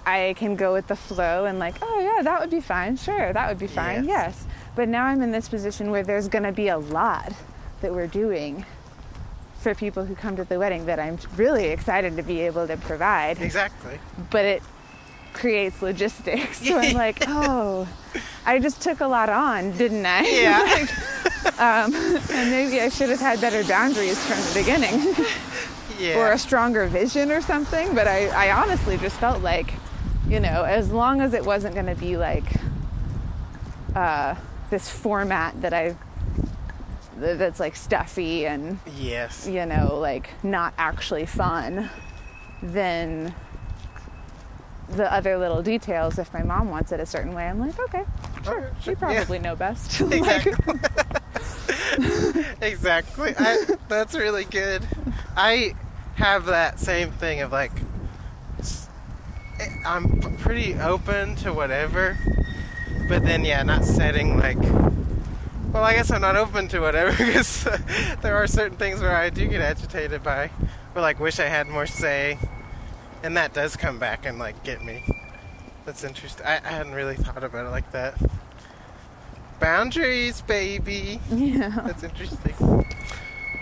A: I can go with the flow and, like, oh yeah, that would be fine, sure, that would be fine,
D: Yes.
A: yes. But now I'm in this position where there's gonna be a lot that we're doing for people who come to the wedding that I'm really excited to be able to provide
D: Exactly.
A: but it creates logistics. So I'm like, oh, I just took a lot on, didn't I?
D: Yeah,
A: Um, and maybe I should have had better boundaries from the beginning
D: yeah.
A: or a stronger vision or something. But I, I honestly just felt like, you know, as long as it wasn't going to be like uh, this format that I, th- that's like stuffy and
D: yes.
A: you know, like not actually fun, then the other little details, if my mom wants it a certain way, I'm like, okay,
D: Sure.
C: We probably know best. Like,
D: Exactly. exactly. I, that's really good. I have that same thing of like, s- I'm p- pretty open to whatever, but then yeah, not setting like. Well, I guess I'm not open to whatever because there are certain things where I do get agitated by, or like wish I had more say, and that does come back and like get me. That's interesting. I, I hadn't really thought about it like that. Boundaries, baby.
A: Yeah.
D: That's interesting.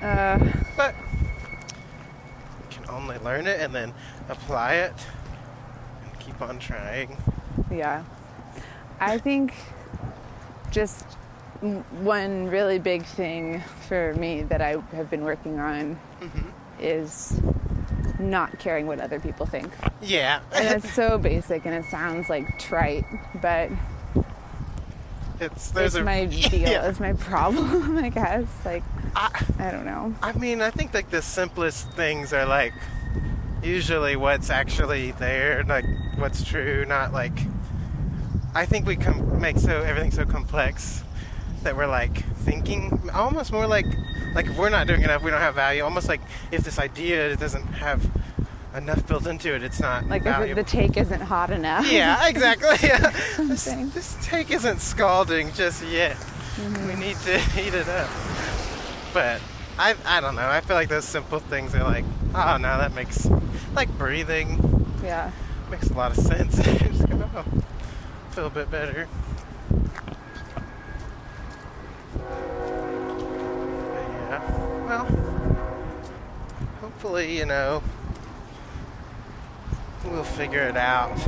A: Uh,
D: But you can only learn it and then apply it and keep on trying.
A: Yeah. I think just m- one really big thing for me that I have been working on
D: Mm-hmm.
A: is not caring what other people think.
D: Yeah.
A: And it's so basic and it sounds like trite, but
D: It's there's
A: it's
D: a
A: my deal.
D: Yeah.
A: It's my problem, I guess. Like,
D: I,
A: I don't know.
D: I mean, I think like the simplest things are like usually what's actually there, like what's true, not like I think we com- make so everything so complex that we're like thinking almost more like like if we're not doing enough, we don't have value. Almost like if this idea doesn't have enough built into it, it's not
A: Like, if it-
D: valuable.
A: the take isn't hot enough.
D: yeah, exactly. Yeah. this,
A: Something.
D: this take isn't scalding just yet. We need to heat it up. But I, I don't know. I feel like those simple things are like, oh no, that makes like breathing
A: Yeah.
D: makes a lot of sense. just go, oh, feel a bit better. But yeah. Well, hopefully, you know, we'll figure it out.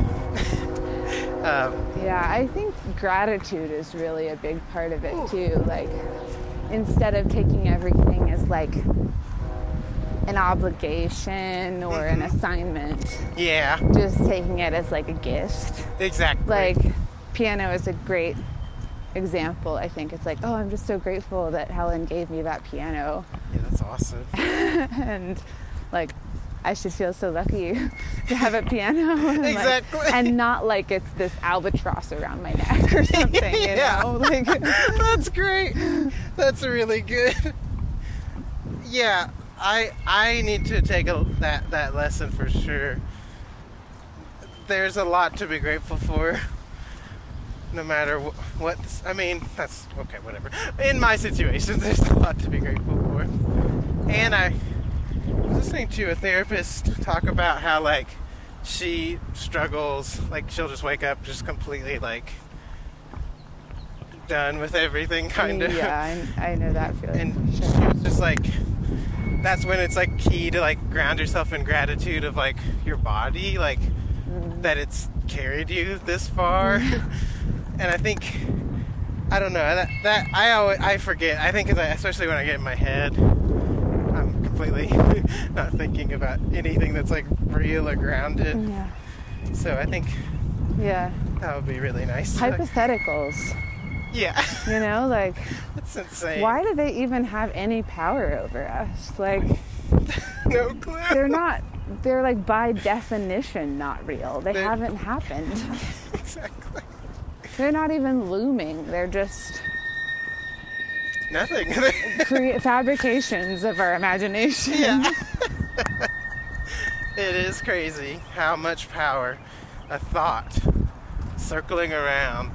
D: um,
A: Yeah, I think gratitude is really a big part of it too. Like, instead of taking everything as like an obligation or an
D: Mm-hmm.
A: assignment,
D: Yeah,
A: just taking it as like a gift.
D: exactly.
A: Like, piano is a great example, I think. It's like, oh, I'm just so grateful that Helen gave me that piano.
D: yeah, that's awesome.
A: And like, I should feel so lucky to have a piano. And, like,
D: Exactly.
A: and not like it's this albatross around my neck or something. You
D: Yeah.
A: know? Like,
D: that's great. That's really good. Yeah, I I need to take a, that that lesson for sure. There's a lot to be grateful for. No matter wh- what, I mean, that's okay, whatever. In my situation, there's a lot to be grateful for. And I was listening to a therapist talk about how, like, she struggles, like, she'll just wake up just completely, like, done with everything, kind of.
A: Yeah, I, I know that feeling.
D: and
A: for
D: she
A: sure.
D: was just like that's when it's like key to like ground yourself in gratitude of like your body like
A: Mm.
D: that it's carried you this far and i think i don't know that, that i always i forget i think 'cause I, especially when i get in my head i'm completely not thinking about anything that's like real or grounded
A: Yeah. Mm.
D: so i think
A: Yeah.
D: that would be really nice to, like-
A: Hypotheticals.
D: yeah
A: You know, like
D: that's insane
A: why do they even have any power over us? Like
D: no clue
A: they're not they're like by definition not real. They
D: They're-
A: haven't happened.
D: exactly
A: They're not even looming. They're just
D: nothing
A: crea- fabrications of our imagination.
D: Yeah. it is crazy how much power a thought circling around.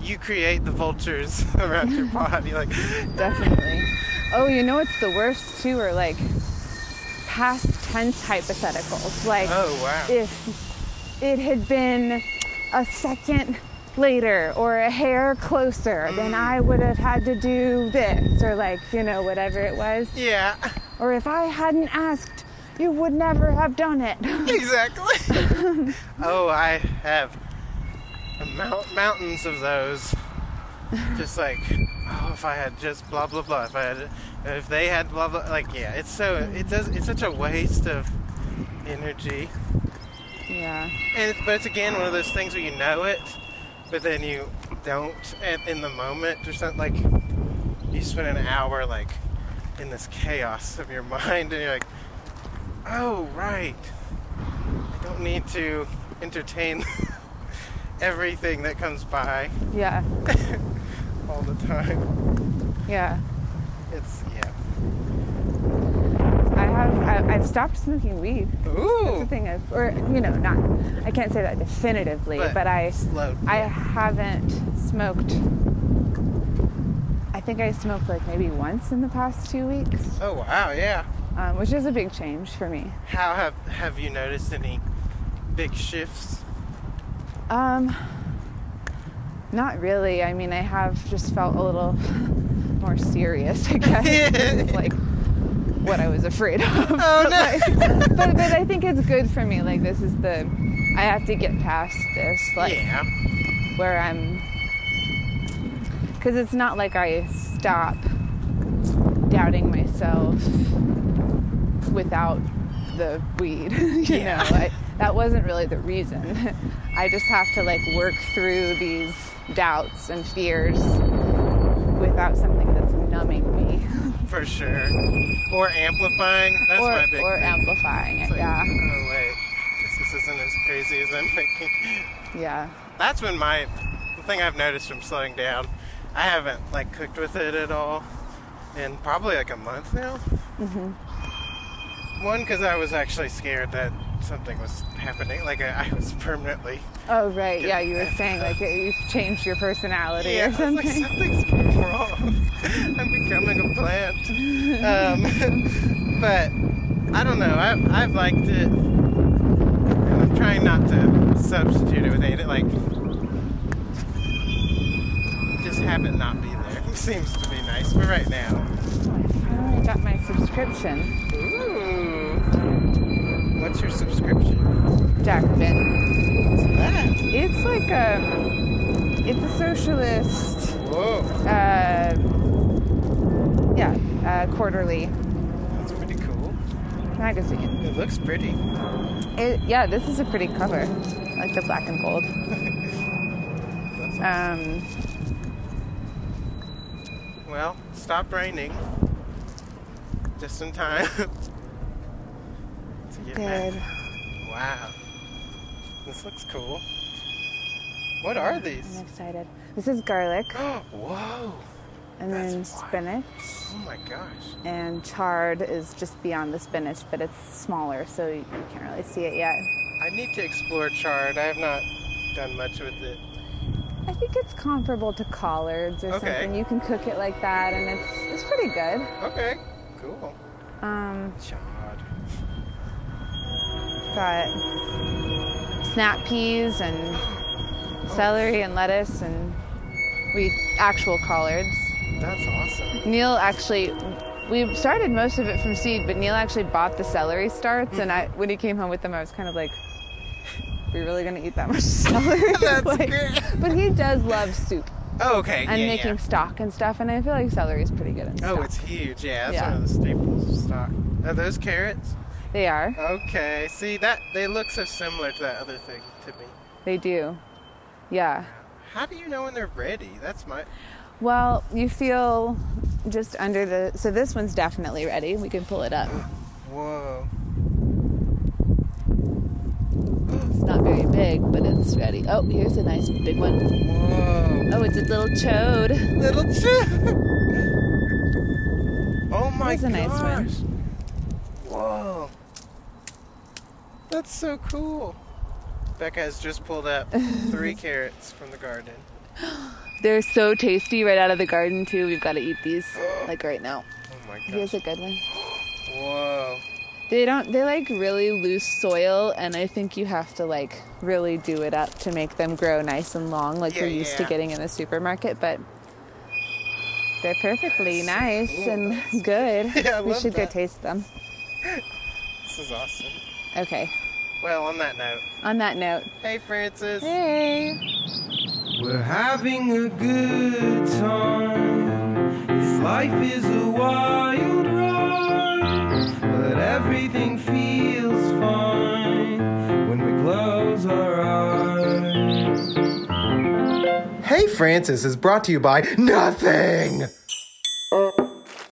D: You create the vultures around your body. Like,
A: Definitely. Oh, you know what's the worst too are like past tense hypotheticals. Like
D: oh wow.
A: if it had been a second later or a hair closer, then I would have had to do this or like, you know, whatever it was.
D: yeah,
A: Or if I hadn't asked, you would never have done it.
D: exactly. oh, I have a mount- mountains of those. Just like, oh, if I had just blah blah blah. If I had, if they had blah blah. Like, yeah, it's so it does. It's such a waste of energy.
A: Yeah.
D: And it's, but it's again one of those things where you know it, but then you don't at, in the moment or something. Like you spend an hour like in this chaos of your mind, and you're like, oh right, I don't need to entertain. everything that comes by
A: Yeah.
D: all the time.
A: Yeah.
D: It's yeah.
A: I have. I, I've stopped smoking weed. That's
D: Ooh.
A: the thing. I've, or you know, not. I can't say that definitively, but, I.
D: slowed.
A: I haven't smoked. I think I smoked like maybe once in the past two weeks,
D: Oh wow, yeah.
A: um, which is a big change for me.
D: How have have you noticed any big shifts?
A: Um, not really. I mean, I have just felt a little more serious, I guess, with, like what I was afraid of.
D: Oh no.
A: but, but I think it's good for me. Like this is the I have to get past this. Like
D: yeah.
A: where I'm because it's not like I stop doubting myself without the weed. you
D: Yeah.
A: know, I, that wasn't really the reason. I just have to like work through these doubts and fears without something that's numbing me
D: For sure. Or amplifying. That's
A: or,
D: my big
A: or
D: thing.
A: amplifying it.
D: It's like,
A: yeah,
D: Oh wait. Guess This isn't as crazy as I'm thinking.
A: yeah,
D: That's been my the thing I've noticed from slowing down. I haven't like cooked with it at all in probably like a month now. Mm-hmm.
A: Mm-hmm.
D: One, because I was actually scared that something was happening. Like I, I was permanently.
A: Oh right,
D: Get
A: yeah. You were saying like that you've changed your personality
D: Yeah, I
A: or
D: was
A: something.
D: like something's wrong. I'm becoming a plant. Um, but I don't know. I, I've liked it, and I'm trying not to substitute it with anything. Like, just have it not be there. Seems to be nice for right now.
A: I finally got my subscription,
D: Ooh. What's your subscription?
A: Jacobin.
D: What's that?
A: It's like a, it's a socialist,
D: Whoa,
A: uh, yeah, uh, quarterly
D: that's pretty cool.
A: magazine.
D: It looks pretty.
A: It, yeah, this is a pretty cover, I like the black and gold.
D: That's awesome.
A: Um,
D: Well, stop raining. Just in time. to get
A: good.
D: back. Wow. This looks cool. What are
A: I'm
D: these?
A: excited. This is garlic,
D: Whoa.
A: and then
D: That's wild.
A: spinach,
D: Oh my gosh.
A: and chard is just beyond the spinach, but it's smaller, so you can't really see it yet.
D: I need to explore chard. I have not done much with it.
A: I think it's comparable to collards or
D: Okay.
A: something. You can cook it like that, and it's it's pretty good.
D: Okay. Cool.
A: Um,
D: Chard.
A: got snap peas and celery and lettuce, and we actual collards.
D: That's awesome.
A: Neil actually, we started most of it from seed, but Neil actually bought the celery starts, and I when he came home with them, I was kind of like. We're really gonna eat that much celery.
D: That's
A: Like,
D: great.
A: But he does love soup
D: Oh, okay.
A: and
D: yeah,
A: making
D: yeah.
A: stock and stuff, and I feel like celery is pretty good in stock.
D: Oh, it's huge. Yeah, that's
A: Yeah.
D: one of the staples of stock. Are those carrots?
A: They are.
D: Okay. See that they look so similar to that other thing to me.
A: They do. Yeah.
D: How do you know when they're ready? That's my
A: Well, you feel just under the. So this one's definitely ready. We can pull it up.
D: whoa.
A: It's not very big, but it's ready. Oh, here's a nice big one.
D: Whoa.
A: Oh, it's a little chode.
D: Little chip. Oh my
A: That's a
D: gosh.
A: nice one.
D: Whoa. That's so cool. Becca has just pulled up three carrots from the garden.
A: They're so tasty right out of the garden, too. We've got to eat these like right now.
D: Oh my
A: Here's
D: gosh.
A: a good one.
D: Whoa.
A: They don't, they like really loose soil, and I think you have to like really do it up to make them grow nice and long, like
D: Yeah,
A: you're used to
D: yeah.
A: getting in the supermarket, but they're perfectly nice
D: Ooh,
A: and good.
D: Yeah, I
A: we
D: love
A: should
D: that.
A: go taste them.
D: This is awesome.
A: Okay.
D: Well, on that note,
A: On that note,
D: hey Francis.
A: hey.
B: We're having a good time. This life is a wild ride, but everything feels fine when we close our eyes.
D: Hey Francis is brought to you by Nothing.